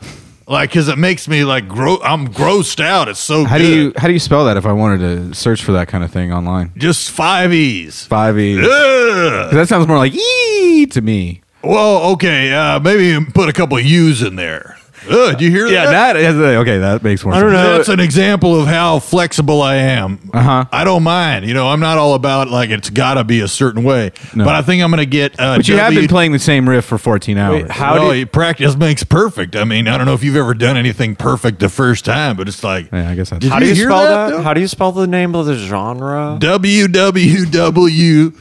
[SPEAKER 5] like because it makes me like gro- I'm grossed out. It's so
[SPEAKER 2] How
[SPEAKER 5] good.
[SPEAKER 2] do you how do you spell that? If I wanted to search for that kind of thing online,
[SPEAKER 5] just five E's?
[SPEAKER 2] five e.
[SPEAKER 5] Ugh.
[SPEAKER 2] That sounds more like ee to me.
[SPEAKER 5] Well, okay, uh, maybe put a couple U's in there. Ugh, do you hear
[SPEAKER 2] Yeah,
[SPEAKER 5] that?
[SPEAKER 2] that is okay. That makes more.
[SPEAKER 3] I don't
[SPEAKER 2] sense.
[SPEAKER 3] know.
[SPEAKER 5] That's an example of how flexible I am.
[SPEAKER 2] Uh-huh.
[SPEAKER 5] I don't mind. You know, I'm not all about like it's got to be a certain way.
[SPEAKER 2] No.
[SPEAKER 5] But I think I'm going to get. Uh,
[SPEAKER 2] But you have
[SPEAKER 5] W-
[SPEAKER 2] been playing the same riff for fourteen hours.
[SPEAKER 3] How
[SPEAKER 5] well,
[SPEAKER 3] do
[SPEAKER 5] you- practice makes perfect. I mean, I don't know if you've ever done anything perfect the first time, but it's like
[SPEAKER 2] yeah, I guess that's
[SPEAKER 5] Did
[SPEAKER 3] how do
[SPEAKER 5] you
[SPEAKER 3] you
[SPEAKER 5] hear
[SPEAKER 3] spell
[SPEAKER 5] that,
[SPEAKER 3] that?
[SPEAKER 5] though?
[SPEAKER 3] How do you spell the name of the genre?
[SPEAKER 5] www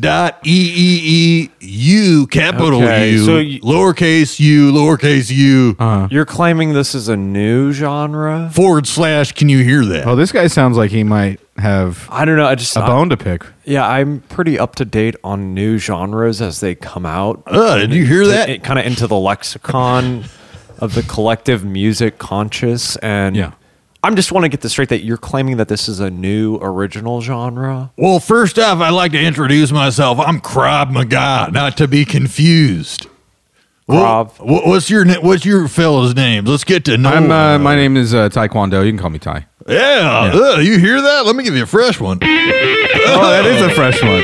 [SPEAKER 5] dot eeu capital
[SPEAKER 3] Okay,
[SPEAKER 5] U
[SPEAKER 3] so Uh-huh. y-
[SPEAKER 5] lowercase u lowercase u
[SPEAKER 3] You're claiming this is a new genre?
[SPEAKER 5] forward slash. Can you hear that?
[SPEAKER 2] Oh, this guy sounds like he might have
[SPEAKER 3] I don't know. I just
[SPEAKER 2] a bone to pick.
[SPEAKER 3] yeah, I'm pretty up to date on new genres as they come out.
[SPEAKER 5] Uh, did you hear that?
[SPEAKER 3] kind of into the lexicon of the collective music conscious and
[SPEAKER 2] Yeah.
[SPEAKER 3] I'm just want to get this straight that you're claiming that this is a new original genre.
[SPEAKER 5] Well, first off, I'd like to introduce myself. I'm Crab Maga, not to be confused.
[SPEAKER 3] Krav.
[SPEAKER 5] Wha- wha- what's your na- what's your fella's name? Let's get to know.
[SPEAKER 2] I'm
[SPEAKER 3] um,
[SPEAKER 2] uh, my name is uh, Taekwondo. You can call me Ty.
[SPEAKER 5] yeah, uh, you hear that? Let me give you a fresh one. Uh.
[SPEAKER 2] Oh, that is a fresh one.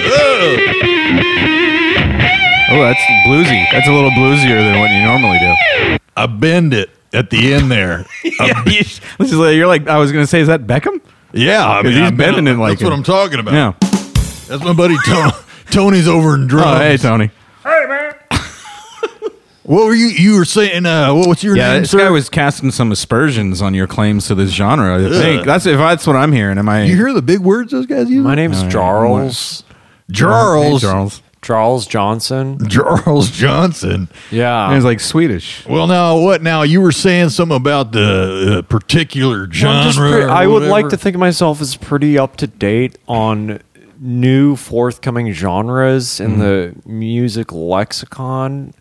[SPEAKER 2] Oh, that's bluesy. That's a little bluesier than what you normally do.
[SPEAKER 5] I bend it at the end there.
[SPEAKER 2] yeah, you, this is like, you're like I was gonna say, is that Beckham?
[SPEAKER 5] Yeah, I
[SPEAKER 2] 'Cause he's
[SPEAKER 5] I bend
[SPEAKER 2] bending it like
[SPEAKER 5] that's what
[SPEAKER 2] him.
[SPEAKER 5] I'm talking about.
[SPEAKER 2] Yeah.
[SPEAKER 5] That's my buddy Tony. Tony's over in drums.
[SPEAKER 2] Oh, hey Tony.
[SPEAKER 7] Hey, man.
[SPEAKER 5] What were you? You were saying? Uh, what, what's your
[SPEAKER 2] Yeah,
[SPEAKER 5] name?
[SPEAKER 2] this guy was casting some aspersions on your claims to this genre. I think that's if that's what I'm hearing. Am I
[SPEAKER 5] you hear the big words those guys use?
[SPEAKER 3] My name's Charles.
[SPEAKER 5] Charles.
[SPEAKER 2] Hey, Charles?
[SPEAKER 3] Charles Johnson.
[SPEAKER 5] Charles Johnson.
[SPEAKER 3] Yeah.
[SPEAKER 2] It was like Swedish.
[SPEAKER 5] Well, now what? Now you were saying something about the uh, particular
[SPEAKER 3] Well, I'm
[SPEAKER 5] genre.
[SPEAKER 3] just pre-
[SPEAKER 5] or
[SPEAKER 3] I would like
[SPEAKER 5] whatever.
[SPEAKER 3] to think of myself as pretty up to date on new forthcoming genres
[SPEAKER 5] Mm-hmm.
[SPEAKER 3] in the music lexicon.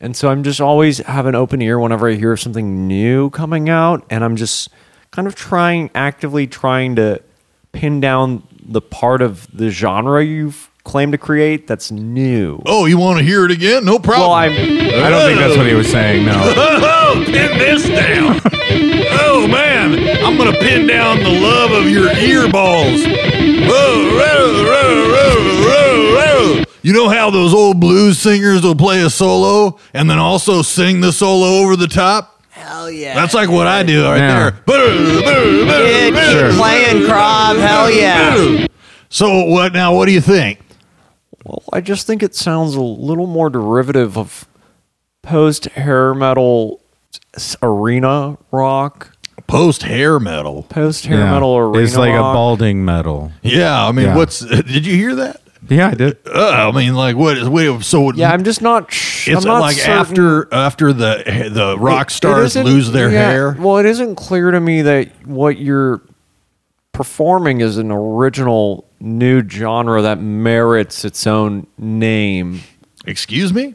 [SPEAKER 3] And so I'm just always have an open ear whenever I hear something new coming out and I'm just kind of trying actively trying to pin down the part of the genre you've claimed to create that's new.
[SPEAKER 5] Oh, you want to hear it again? No problem.
[SPEAKER 3] Well, I'm
[SPEAKER 2] I don't think that's what he was saying. No.
[SPEAKER 5] Oh, pin this down. oh man, I'm gonna pin down the love of your ear balls. Whoa, row, row, row, row, row. You know how those old blues singers will play a solo and then also sing the solo over the top?
[SPEAKER 8] Hell yeah.
[SPEAKER 5] That's like what I do right
[SPEAKER 2] Yeah.
[SPEAKER 8] Kid, keep
[SPEAKER 5] there.
[SPEAKER 8] playing, Crob. Hell yeah.
[SPEAKER 5] So what now? What do you think?
[SPEAKER 3] Well, I just think it sounds a little more derivative of post hair metal s- arena rock,
[SPEAKER 5] Post hair metal.
[SPEAKER 3] post hair
[SPEAKER 2] Yeah.
[SPEAKER 3] metal arena.
[SPEAKER 2] It's like a
[SPEAKER 3] rock.
[SPEAKER 2] balding metal.
[SPEAKER 5] Yeah, I mean,
[SPEAKER 2] Yeah.
[SPEAKER 5] what's? Did you hear that?
[SPEAKER 2] Yeah, I did.
[SPEAKER 5] Uh, I mean, like, what is? Wait, so
[SPEAKER 3] Yeah, I'm just not. Sh-
[SPEAKER 5] It's
[SPEAKER 3] I'm not
[SPEAKER 5] like
[SPEAKER 3] certain-
[SPEAKER 5] after after the the
[SPEAKER 3] It-
[SPEAKER 5] rock
[SPEAKER 3] it
[SPEAKER 5] stars
[SPEAKER 3] isn't-
[SPEAKER 5] lose their
[SPEAKER 3] yeah,
[SPEAKER 5] hair.
[SPEAKER 3] Well, it isn't clear to me that what you're performing is an original new genre that merits its own name.
[SPEAKER 5] Excuse me.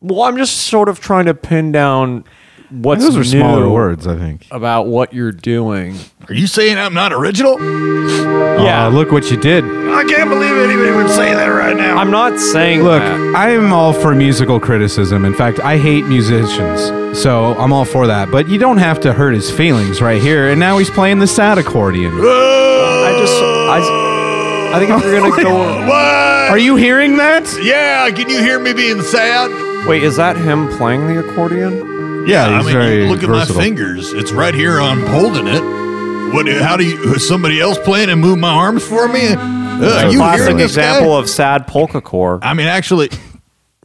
[SPEAKER 3] Well, I'm just sort of trying to pin down what's
[SPEAKER 2] Those are
[SPEAKER 3] new
[SPEAKER 2] smaller words, I think.
[SPEAKER 3] about what you're doing.
[SPEAKER 5] Are you saying I'm not original?
[SPEAKER 3] Yeah.
[SPEAKER 2] Aw, Uh, look what you did.
[SPEAKER 5] I can't believe anybody would say that right now.
[SPEAKER 3] I'm not saying
[SPEAKER 2] Look,
[SPEAKER 3] that.
[SPEAKER 2] I am all for musical criticism. In fact, I hate musicians, so I'm all for that. But you don't have to hurt his feelings right here. And now he's playing the sad accordion.
[SPEAKER 3] I just I, I think if you're
[SPEAKER 2] Oh
[SPEAKER 3] gonna go,
[SPEAKER 5] what?
[SPEAKER 2] Are you hearing that?
[SPEAKER 5] Yeah. Can you hear me being sad?
[SPEAKER 3] wait, is that him playing the accordion?
[SPEAKER 5] Yeah. I
[SPEAKER 2] he's
[SPEAKER 5] mean,
[SPEAKER 2] very
[SPEAKER 5] you look at
[SPEAKER 2] versatile.
[SPEAKER 5] my fingers. It's right here. I'm holding it. What? How do you? Is somebody else playing and move my arms for me? Uh,
[SPEAKER 3] A
[SPEAKER 5] you
[SPEAKER 3] classic
[SPEAKER 5] hearing this
[SPEAKER 3] example
[SPEAKER 5] guy?
[SPEAKER 3] of sad polka core.
[SPEAKER 5] I mean, actually,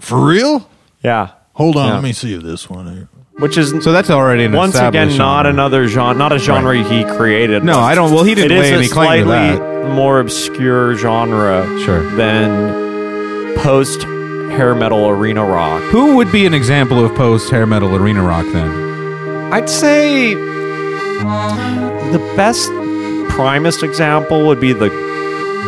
[SPEAKER 5] for real.
[SPEAKER 3] Yeah.
[SPEAKER 5] Hold on.
[SPEAKER 3] Yeah.
[SPEAKER 5] Let me see this one. here.
[SPEAKER 1] which is
[SPEAKER 2] So that's already an
[SPEAKER 1] once again
[SPEAKER 2] established
[SPEAKER 1] not
[SPEAKER 2] genre.
[SPEAKER 1] another genre, not a genre he created.
[SPEAKER 2] No,
[SPEAKER 1] but
[SPEAKER 2] I don't. Well, he
[SPEAKER 1] It
[SPEAKER 2] didn't
[SPEAKER 1] is
[SPEAKER 2] lay
[SPEAKER 1] a
[SPEAKER 2] any claim to
[SPEAKER 1] slightly
[SPEAKER 2] that.
[SPEAKER 1] more obscure genre
[SPEAKER 5] Sure.
[SPEAKER 1] than post hair metal arena rock.
[SPEAKER 2] Who would be an example of post hair metal arena rock then?
[SPEAKER 1] I'd say the best primest example would be the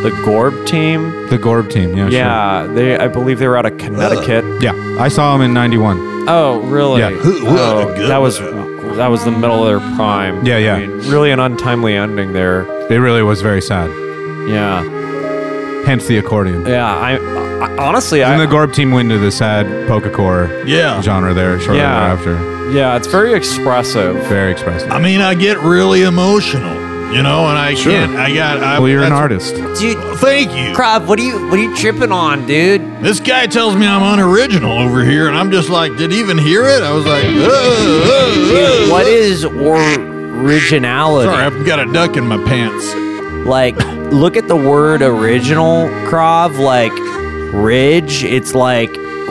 [SPEAKER 1] the Gorb team.
[SPEAKER 2] The Gorb team. Yeah.
[SPEAKER 1] Yeah, they I believe they were out of Connecticut.
[SPEAKER 2] Sure. Yeah. I saw him in '91.
[SPEAKER 1] Oh, really?
[SPEAKER 2] Yeah.
[SPEAKER 1] Oh, that was that was the middle of their prime.
[SPEAKER 2] Yeah, yeah.
[SPEAKER 1] I mean, really an untimely ending there.
[SPEAKER 2] It really was very sad.
[SPEAKER 1] Yeah,
[SPEAKER 2] Hence the accordion.
[SPEAKER 1] yeah. I, I honestly,
[SPEAKER 2] And
[SPEAKER 1] I
[SPEAKER 2] the Gorb team went into the sad pokecore
[SPEAKER 5] Yeah.
[SPEAKER 2] genre there shortly
[SPEAKER 1] Yeah.
[SPEAKER 2] thereafter.
[SPEAKER 1] yeah, it's very expressive.
[SPEAKER 2] Very expressive.
[SPEAKER 5] I mean, I get really emotional, you know, and I can't. I got. I,
[SPEAKER 2] well, you're an
[SPEAKER 5] that's-
[SPEAKER 2] artist.
[SPEAKER 3] Dude,
[SPEAKER 5] Thank you.
[SPEAKER 3] Krav, what are you what are you tripping on, dude?
[SPEAKER 5] This guy tells me I'm unoriginal over here, and I'm just like, did he even hear it? I was like, uh, uh, uh.
[SPEAKER 3] Dude, what is originality?
[SPEAKER 5] Sorry, I've got a duck in my pants.
[SPEAKER 3] Like, look at the word original, Krav. Like, ridge. It's like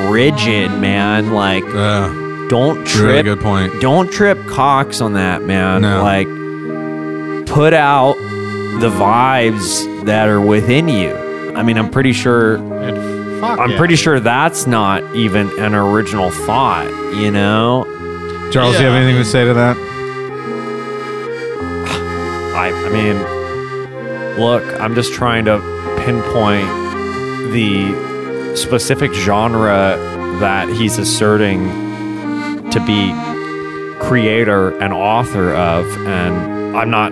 [SPEAKER 3] rigid, man. Like,
[SPEAKER 2] Uh,
[SPEAKER 3] don't trip.
[SPEAKER 2] really good point.
[SPEAKER 3] Don't trip Cox on that, man.
[SPEAKER 2] No.
[SPEAKER 3] Like, put out the vibes that are within you. I mean, I'm pretty sure. I'm pretty sure that's not even an original thought. You know.
[SPEAKER 2] Charles, do you
[SPEAKER 5] Yeah.
[SPEAKER 2] have anything to say to that?
[SPEAKER 1] I, I mean, look, I'm just trying to pinpoint the specific genre that he's asserting to be creator and author of, and I'm not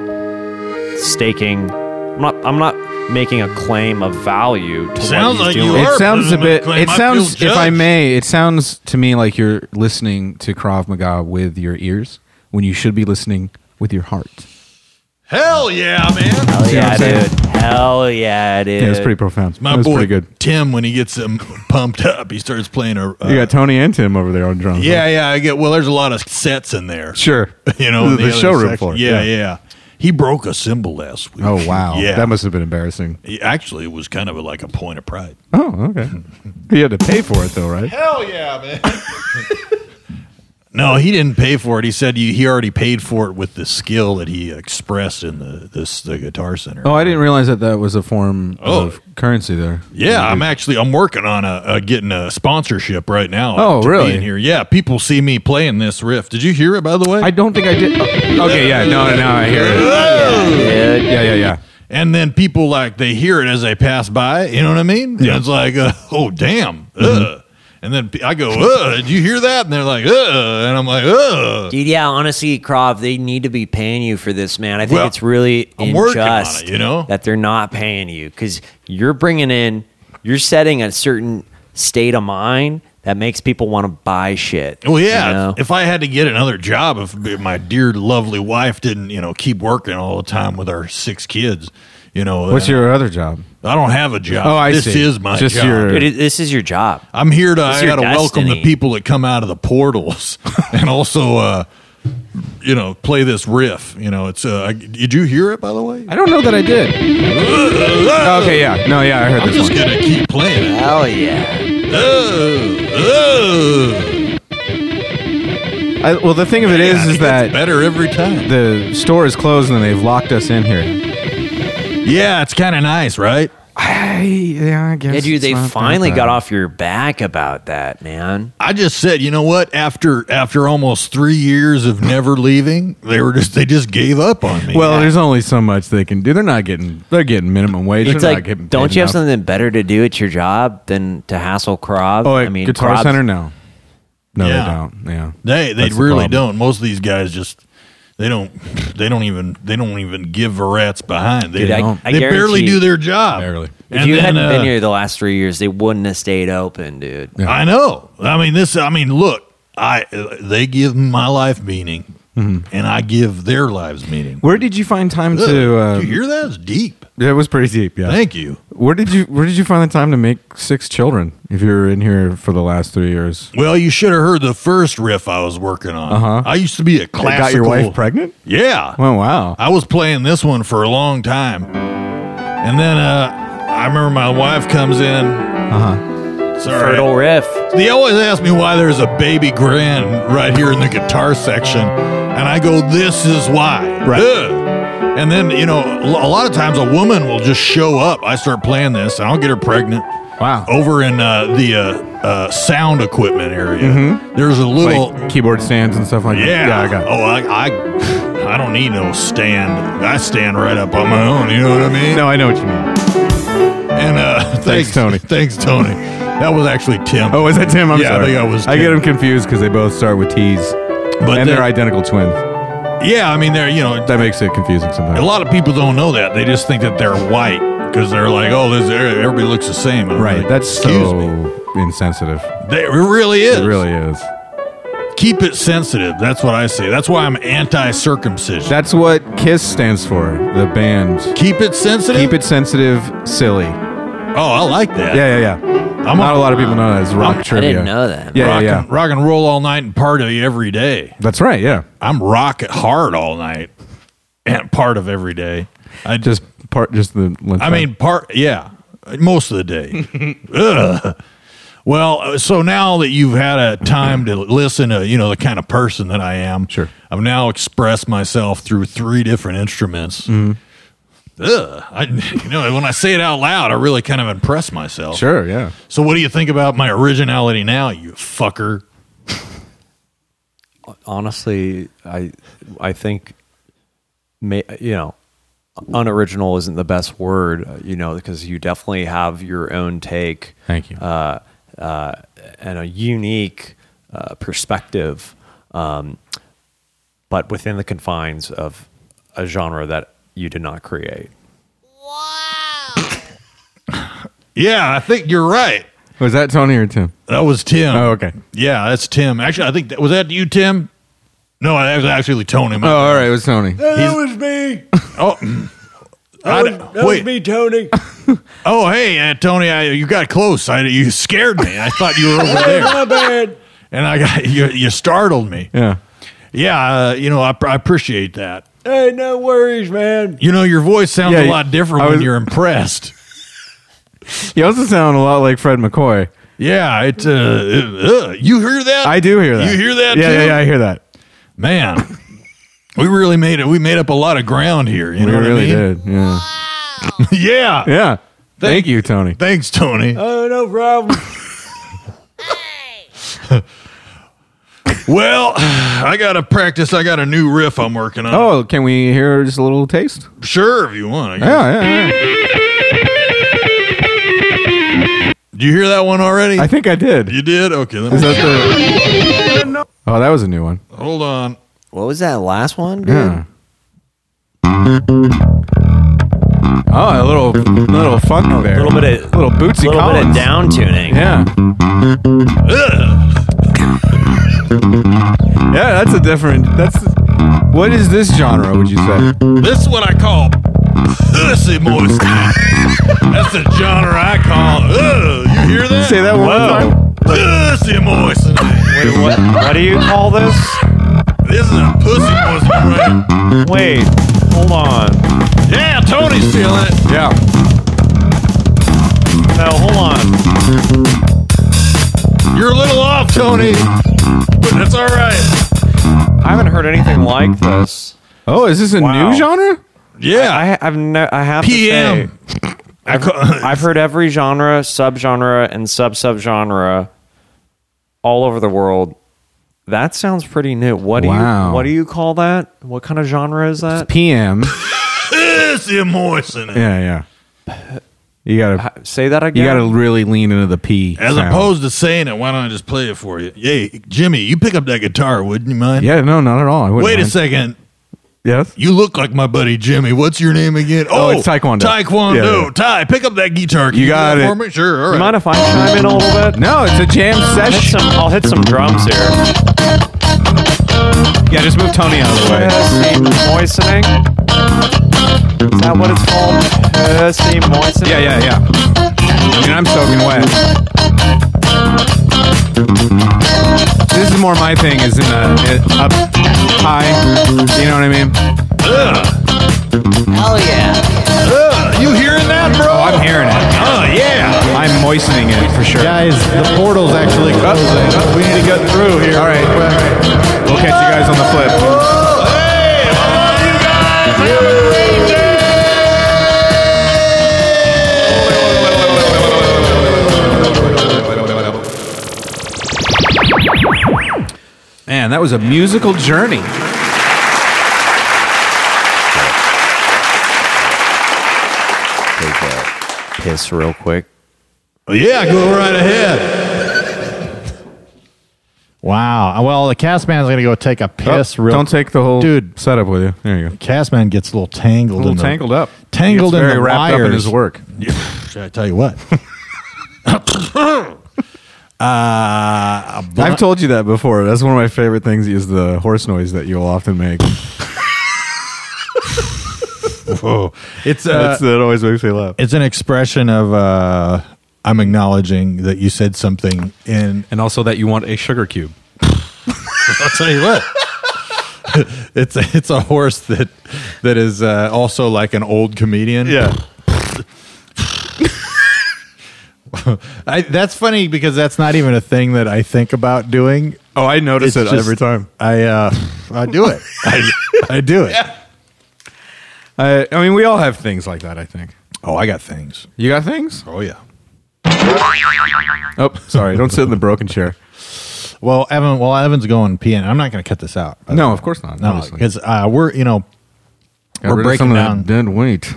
[SPEAKER 1] staking, I'm not, I'm not making a claim of value to
[SPEAKER 5] Sounds
[SPEAKER 1] what
[SPEAKER 5] like
[SPEAKER 1] he's
[SPEAKER 5] you
[SPEAKER 1] doing.
[SPEAKER 5] are.
[SPEAKER 2] It sounds a
[SPEAKER 5] presumably
[SPEAKER 2] bit.
[SPEAKER 5] claim
[SPEAKER 2] It
[SPEAKER 5] I
[SPEAKER 2] sounds,
[SPEAKER 5] feel
[SPEAKER 2] if I
[SPEAKER 5] judged.
[SPEAKER 2] may, it sounds to me like you're listening to Krav Maga with your ears when you should be listening with your heart.
[SPEAKER 5] Hell yeah, man.
[SPEAKER 3] Hell Oh,
[SPEAKER 2] See what
[SPEAKER 3] yeah,
[SPEAKER 2] I'm saying?
[SPEAKER 3] dude. Hell yeah, dude.
[SPEAKER 2] Yeah, it's pretty profound.
[SPEAKER 5] My
[SPEAKER 2] that was
[SPEAKER 5] boy
[SPEAKER 2] pretty good.
[SPEAKER 5] Tim, when he gets him pumped up, he starts playing a. Uh,
[SPEAKER 2] You got Tony and Tim over there on drums.
[SPEAKER 5] yeah, yeah. I get. Well, there's a lot of sets in there.
[SPEAKER 2] sure.
[SPEAKER 5] You know, in
[SPEAKER 2] the, the
[SPEAKER 5] other
[SPEAKER 2] showroom
[SPEAKER 5] section.
[SPEAKER 2] floor.
[SPEAKER 5] Yeah, yeah, He broke a cymbal last week.
[SPEAKER 2] Oh wow,
[SPEAKER 5] Yeah.
[SPEAKER 2] that must have been embarrassing.
[SPEAKER 5] He actually, it was kind of like a point of pride.
[SPEAKER 2] Oh, okay. He had to pay for it though, right?
[SPEAKER 5] Hell yeah, man. no, he didn't pay for it. He said he, he already paid for it with the skill that he expressed in the this the guitar center.
[SPEAKER 2] Oh, I didn't realize that that was a form
[SPEAKER 5] Oh.
[SPEAKER 2] of currency there.
[SPEAKER 5] Yeah, I'm actually I'm working on a, a getting a sponsorship right now.
[SPEAKER 2] Oh,
[SPEAKER 5] to
[SPEAKER 2] really?
[SPEAKER 5] being Here, yeah. People see me playing this riff. Did you hear it by the way?
[SPEAKER 2] I don't think I did. oh, okay, yeah, no, no, I hear it.
[SPEAKER 3] dude.
[SPEAKER 2] Yeah, yeah, yeah.
[SPEAKER 5] and then people like they hear it as they pass by. You know what I mean? And it's like, uh, oh damn. Uh.
[SPEAKER 2] Mm-hmm.
[SPEAKER 5] And then I go, uh, did you hear that? And they're like, uh, and I'm like, uh.
[SPEAKER 3] Dude, yeah, honestly, Krav, they need to be paying you for this, man. I think
[SPEAKER 5] Well,
[SPEAKER 3] it's really
[SPEAKER 5] I'm working on it,
[SPEAKER 3] unjust,
[SPEAKER 5] you know?
[SPEAKER 3] that they're not paying you because you're bringing in, you're setting a certain state of mind that makes people want to buy shit.
[SPEAKER 5] Well,
[SPEAKER 3] you
[SPEAKER 5] yeah.
[SPEAKER 3] know?
[SPEAKER 5] If I had to get another job, if my dear lovely wife didn't, you know, keep working all the time with our six kids, you know,
[SPEAKER 2] What's
[SPEAKER 5] uh,
[SPEAKER 2] your other job?
[SPEAKER 5] I don't have a job.
[SPEAKER 2] Oh, I
[SPEAKER 5] this
[SPEAKER 2] see.
[SPEAKER 5] is my
[SPEAKER 2] Just
[SPEAKER 5] job.
[SPEAKER 2] your-
[SPEAKER 3] Dude, it- this is your job.
[SPEAKER 5] I'm here to.
[SPEAKER 3] is
[SPEAKER 5] I
[SPEAKER 3] your
[SPEAKER 5] got to welcome the
[SPEAKER 3] destiny.
[SPEAKER 5] people that come out of the portals, and also, uh, you know, play this riff. You know, it's. Uh, I, did you hear it by the way?
[SPEAKER 2] I don't know that I did. okay, yeah, no, yeah, I heard
[SPEAKER 5] I'm
[SPEAKER 2] this
[SPEAKER 5] just
[SPEAKER 2] one.
[SPEAKER 5] gonna keep playing it.
[SPEAKER 3] Hell yeah.
[SPEAKER 5] Oh, oh.
[SPEAKER 2] I, well, the thing of it is,
[SPEAKER 5] Yeah, it
[SPEAKER 2] is
[SPEAKER 5] gets
[SPEAKER 2] that
[SPEAKER 5] better every time?
[SPEAKER 2] the store is closed and they've locked us in here.
[SPEAKER 5] yeah, it's kind of nice, right?
[SPEAKER 2] I, yeah, I guess.
[SPEAKER 3] Yeah, dude,
[SPEAKER 2] it's
[SPEAKER 3] they
[SPEAKER 2] not that
[SPEAKER 3] finally
[SPEAKER 2] bad.
[SPEAKER 3] got off your back about that, man.
[SPEAKER 5] I just said, you know what? After after almost three years of never leaving, they were just they just gave up on me.
[SPEAKER 2] Well, there's only so much they can do. They're not getting. They're getting minimum wage.
[SPEAKER 3] It's
[SPEAKER 2] They're not getting
[SPEAKER 3] like, don't
[SPEAKER 2] paid
[SPEAKER 3] you have
[SPEAKER 2] enough.
[SPEAKER 3] something better to do at your job than to hassle Krav?
[SPEAKER 2] Oh, at Guitar
[SPEAKER 3] Krav's-
[SPEAKER 2] Center? No, no,
[SPEAKER 5] Yeah.
[SPEAKER 2] they don't. Yeah,
[SPEAKER 5] they they
[SPEAKER 2] That's the
[SPEAKER 5] really
[SPEAKER 2] problem.
[SPEAKER 5] don't. Most of these guys just they don't they don't even they don't even give a rat's behind. They
[SPEAKER 3] Dude, I-
[SPEAKER 5] don't.
[SPEAKER 3] I
[SPEAKER 5] they barely
[SPEAKER 3] guarantee-
[SPEAKER 5] do their job.
[SPEAKER 2] Barely.
[SPEAKER 3] If
[SPEAKER 5] And
[SPEAKER 3] you
[SPEAKER 5] then,
[SPEAKER 3] hadn't
[SPEAKER 5] uh,
[SPEAKER 3] been here the last three years, they wouldn't have stayed open, dude.
[SPEAKER 2] Yeah.
[SPEAKER 5] I know. I mean, this. I mean, look. I uh, they give my life meaning, and I give their lives meaning.
[SPEAKER 2] Where did you find time
[SPEAKER 5] Ugh,
[SPEAKER 2] to? Uh,
[SPEAKER 5] Did you hear that? It's deep.
[SPEAKER 2] it was pretty deep. Yeah.
[SPEAKER 5] Thank you.
[SPEAKER 2] Where did you Where did you find the time to make six children? If you were in here for the last three years,
[SPEAKER 5] Well, you should have heard the first riff I was working on.
[SPEAKER 2] Uh-huh.
[SPEAKER 5] I used to be a
[SPEAKER 2] It
[SPEAKER 5] classical.
[SPEAKER 2] got your wife pregnant.
[SPEAKER 5] Yeah.
[SPEAKER 2] Oh wow.
[SPEAKER 5] I was playing this one for a long time. And then uh, I remember my wife comes in.
[SPEAKER 2] Uh huh.
[SPEAKER 5] Sorry.
[SPEAKER 3] Fertile riff.
[SPEAKER 5] They always ask me why there's a baby grin right here in the guitar section, and I go, "This is why."
[SPEAKER 2] Right.
[SPEAKER 5] Ugh. And then you know, a lot of times a woman will just show up. I start playing this, and I'll get her pregnant.
[SPEAKER 2] Wow.
[SPEAKER 5] Over in uh, the uh, uh, sound equipment area, there's a little
[SPEAKER 2] Like keyboard stands and stuff like
[SPEAKER 5] yeah.
[SPEAKER 2] that. Mm-hmm. Yeah, I got it.
[SPEAKER 5] Oh, I, I, I don't need no stand. I stand right up on my own. You know what I mean?
[SPEAKER 2] No, I know what you mean.
[SPEAKER 5] And uh,
[SPEAKER 2] Thanks, Tony.
[SPEAKER 5] Thanks, Tony. That was actually Tim.
[SPEAKER 2] Oh, is that Tim? I'm
[SPEAKER 5] Yeah, I
[SPEAKER 2] sorry.
[SPEAKER 5] think that was
[SPEAKER 2] I get
[SPEAKER 5] Tim.
[SPEAKER 2] them confused because they both start with T's.
[SPEAKER 5] But
[SPEAKER 2] and they're
[SPEAKER 5] then-
[SPEAKER 2] identical twins.
[SPEAKER 5] yeah. I mean, they're you know,
[SPEAKER 2] That makes it confusing sometimes.
[SPEAKER 5] a lot of people don't know that. They just think that they're white because they're like, oh, this everybody looks the same. And I'm
[SPEAKER 2] Right.
[SPEAKER 5] like,
[SPEAKER 2] That's
[SPEAKER 5] excuse
[SPEAKER 2] so
[SPEAKER 5] me.
[SPEAKER 2] insensitive.
[SPEAKER 5] They, it really is.
[SPEAKER 2] It really is.
[SPEAKER 5] Keep it sensitive. That's what I say. That's why I'm anti-circumcision.
[SPEAKER 2] That's what KISS stands for, the band.
[SPEAKER 5] Keep it sensitive.
[SPEAKER 2] Keep it sensitive, silly.
[SPEAKER 5] Oh, I like that.
[SPEAKER 2] Yeah, yeah, yeah.
[SPEAKER 5] I'm
[SPEAKER 2] Not a lot of people know that. It's rock
[SPEAKER 5] I'm- I
[SPEAKER 2] trivia.
[SPEAKER 9] didn't know that.
[SPEAKER 2] Yeah,
[SPEAKER 5] rock,
[SPEAKER 2] yeah,
[SPEAKER 5] And,
[SPEAKER 2] yeah.
[SPEAKER 5] rock and roll all night and party every day.
[SPEAKER 2] That's right, yeah.
[SPEAKER 5] I'm rock hard all night and part of every day. I just,
[SPEAKER 2] Just part, just the length
[SPEAKER 5] I
[SPEAKER 2] of-
[SPEAKER 5] mean, part, yeah, most of the day. Ugh. Well, uh, so now that you've had a time to listen to, you know, the kind of person that I am,
[SPEAKER 2] Sure.
[SPEAKER 5] I've now expressed myself through three different instruments.
[SPEAKER 2] Mm-hmm.
[SPEAKER 5] Ugh. I, you know, when I say it out loud, I really kind of impress myself.
[SPEAKER 2] Sure, yeah.
[SPEAKER 5] So, what do you think about my originality now, you fucker?
[SPEAKER 3] honestly, I I think, may, you know, unoriginal isn't the best word, uh, you know, because you definitely have your own take.
[SPEAKER 2] Thank you.
[SPEAKER 3] Uh, uh, and a unique uh, perspective, um, but within the confines of a genre that you did not create.
[SPEAKER 5] Yeah, I think you're right.
[SPEAKER 2] Was that Tony or Tim?
[SPEAKER 5] That was Tim.
[SPEAKER 2] Oh, okay.
[SPEAKER 5] Yeah, that's Tim. Actually, I think that was that you, Tim. No, that was actually Tony.
[SPEAKER 2] Oh, all right. It was Tony.
[SPEAKER 5] He's-
[SPEAKER 3] was me.
[SPEAKER 5] oh, mm. I d- wait.
[SPEAKER 3] Tony.
[SPEAKER 5] Oh, hey, uh, Tony, I, you got close. I, you scared me. I thought you were over there,
[SPEAKER 3] bad.
[SPEAKER 5] and I got you. You startled me.
[SPEAKER 2] Yeah.
[SPEAKER 5] Yeah, uh, you know, I, pr- I appreciate that.
[SPEAKER 3] Hey, no worries, man.
[SPEAKER 5] You know, your voice sounds
[SPEAKER 2] Yeah,
[SPEAKER 5] a lot different
[SPEAKER 2] I
[SPEAKER 5] when
[SPEAKER 2] was-
[SPEAKER 5] you're impressed.
[SPEAKER 2] You also sound a lot like Fred McCoy.
[SPEAKER 5] Yeah, it. Uh, it- uh, you hear that?
[SPEAKER 2] I do hear that.
[SPEAKER 5] You hear that?
[SPEAKER 2] Yeah,
[SPEAKER 5] too?
[SPEAKER 2] yeah, yeah, I hear that.
[SPEAKER 5] Man, we really made it. We made up a lot of ground here. You
[SPEAKER 2] We
[SPEAKER 5] know what
[SPEAKER 2] really
[SPEAKER 5] I mean?
[SPEAKER 2] did. Yeah.
[SPEAKER 5] yeah.
[SPEAKER 2] Yeah. Thank you, Tony.
[SPEAKER 5] Thanks, Tony.
[SPEAKER 3] Oh, no problem.
[SPEAKER 5] well, I got to practice. I got a new riff I'm working on.
[SPEAKER 2] Oh, can we hear just a little taste?
[SPEAKER 5] Sure, if you want. I guess.
[SPEAKER 2] Yeah, yeah, yeah.
[SPEAKER 5] Did you hear that one already?
[SPEAKER 2] I think I did.
[SPEAKER 5] you did? Okay. Let me,
[SPEAKER 2] Is that the? Oh, that was a new one.
[SPEAKER 5] hold on.
[SPEAKER 9] What was that last one, dude?
[SPEAKER 2] Yeah. Oh, a little, little funk there.
[SPEAKER 9] little bit of-
[SPEAKER 2] little Bootsy
[SPEAKER 9] A little bit of
[SPEAKER 2] Collins.
[SPEAKER 9] down tuning.
[SPEAKER 2] Yeah. yeah, that's a different. That's what is this genre? Would you say?
[SPEAKER 5] This is what I call pussy moist. That's the genre I call. Ugh, you hear that?
[SPEAKER 2] Say that one more time.
[SPEAKER 5] Pussy moist.
[SPEAKER 3] Wait, what, what do you call this?
[SPEAKER 5] This is a pussy moist. Right?
[SPEAKER 3] Wait, hold on.
[SPEAKER 5] Yeah, Tony's feeling it.
[SPEAKER 2] Yeah.
[SPEAKER 3] No, hold on.
[SPEAKER 5] You're a little off, Tony, but that's all right.
[SPEAKER 3] I haven't heard anything like this.
[SPEAKER 2] Oh, is this a
[SPEAKER 3] Wow.
[SPEAKER 2] new genre?
[SPEAKER 5] Yeah.
[SPEAKER 3] I, I've no, I have to say,
[SPEAKER 5] PM. I ca-
[SPEAKER 3] I've heard every genre, subgenre, and sub subgenre all over the world. That sounds pretty new. What do
[SPEAKER 2] Wow.
[SPEAKER 3] you what do you call that? What kind of genre is that?
[SPEAKER 2] PM.
[SPEAKER 5] pussy moist in it.
[SPEAKER 2] Yeah, yeah. You gotta,
[SPEAKER 3] Say that again.
[SPEAKER 2] you gotta really lean into the P.
[SPEAKER 5] As
[SPEAKER 2] sound.
[SPEAKER 5] opposed to saying it, why don't I just play it for you? Hey, Jimmy, you pick up that guitar, wouldn't you mind?
[SPEAKER 2] Yeah, no, not at all. I wouldn't
[SPEAKER 5] Wait a
[SPEAKER 2] mind.
[SPEAKER 5] second.
[SPEAKER 2] Yes.
[SPEAKER 5] You look like my buddy Jimmy. What's your name again?
[SPEAKER 2] Oh, it's Taekwondo.
[SPEAKER 5] Taekwondo.
[SPEAKER 2] Yeah, yeah.
[SPEAKER 5] Ty, pick up that guitar. Can
[SPEAKER 2] You
[SPEAKER 5] do
[SPEAKER 2] got
[SPEAKER 5] that
[SPEAKER 2] it.
[SPEAKER 5] For me? Sure. All
[SPEAKER 3] you
[SPEAKER 5] right.
[SPEAKER 3] mind if I chime in a little bit?
[SPEAKER 2] No, it's a jam
[SPEAKER 3] I'll hit
[SPEAKER 2] session.
[SPEAKER 3] some, I'll hit some drums here.
[SPEAKER 2] Yeah, just move Tony out of the
[SPEAKER 3] Pissy moistening. Is that what it's called? Pissy moistening.
[SPEAKER 2] Yeah, yeah, yeah. I mean, I'm soaking wet. This is more my thing, is in the it, up high. You know what I mean?
[SPEAKER 5] Ugh.
[SPEAKER 9] Hell yeah.
[SPEAKER 5] Ugh. You hearing that, bro?
[SPEAKER 2] I'm hearing it.
[SPEAKER 5] Oh, yeah.
[SPEAKER 2] I'm moistening it for sure.
[SPEAKER 1] Guys, the portal's actually closing. We need to get through here.
[SPEAKER 2] All right. We'll catch you guys on the flip. Man, that was a musical journey.
[SPEAKER 5] Piss real quick.
[SPEAKER 1] Yeah, go right ahead. Wow. Well, the cast man's gonna go take a piss.
[SPEAKER 2] Oh,
[SPEAKER 1] real
[SPEAKER 2] don't take the whole
[SPEAKER 1] Dude.
[SPEAKER 2] setup with you. There you go.
[SPEAKER 1] Cast man gets a little tangled.
[SPEAKER 2] A little
[SPEAKER 1] in the-
[SPEAKER 2] tangled up.
[SPEAKER 1] Tangled
[SPEAKER 2] He
[SPEAKER 1] in
[SPEAKER 2] gets very
[SPEAKER 1] the
[SPEAKER 2] wrapped
[SPEAKER 1] wires.
[SPEAKER 2] up in his work.
[SPEAKER 1] Should I tell you what? uh, but-
[SPEAKER 2] I've told you that before. That's one of my favorite things is the horse noise that you'll often make.
[SPEAKER 1] Whoa. It's uh,
[SPEAKER 2] That's, that always makes me laugh.
[SPEAKER 1] it's an expression of uh, I'm acknowledging that you said something in
[SPEAKER 2] And also that you want a sugar cube.
[SPEAKER 1] I'll tell you what. it's a, it's a horse that that is uh, also like an old comedian.
[SPEAKER 2] Yeah.
[SPEAKER 1] I, that's funny because that's not even a thing that I think about doing.
[SPEAKER 2] Oh, I notice it
[SPEAKER 1] It's just-
[SPEAKER 2] every time.
[SPEAKER 1] I uh, I do it. I, I do it.
[SPEAKER 2] I, I mean, we all have things like that. I think
[SPEAKER 1] Oh, I got things.
[SPEAKER 2] you got things.
[SPEAKER 1] Oh yeah.
[SPEAKER 2] Oh, sorry. Don't sit in the broken chair.
[SPEAKER 1] Well, Evan. Well, Evan's going peeing. I'm not going to cut this out. by the
[SPEAKER 2] No,
[SPEAKER 1] way.
[SPEAKER 2] of course not,
[SPEAKER 1] No,
[SPEAKER 2] obviously.
[SPEAKER 1] because uh, we're you know we're breaking down.
[SPEAKER 2] dead weight.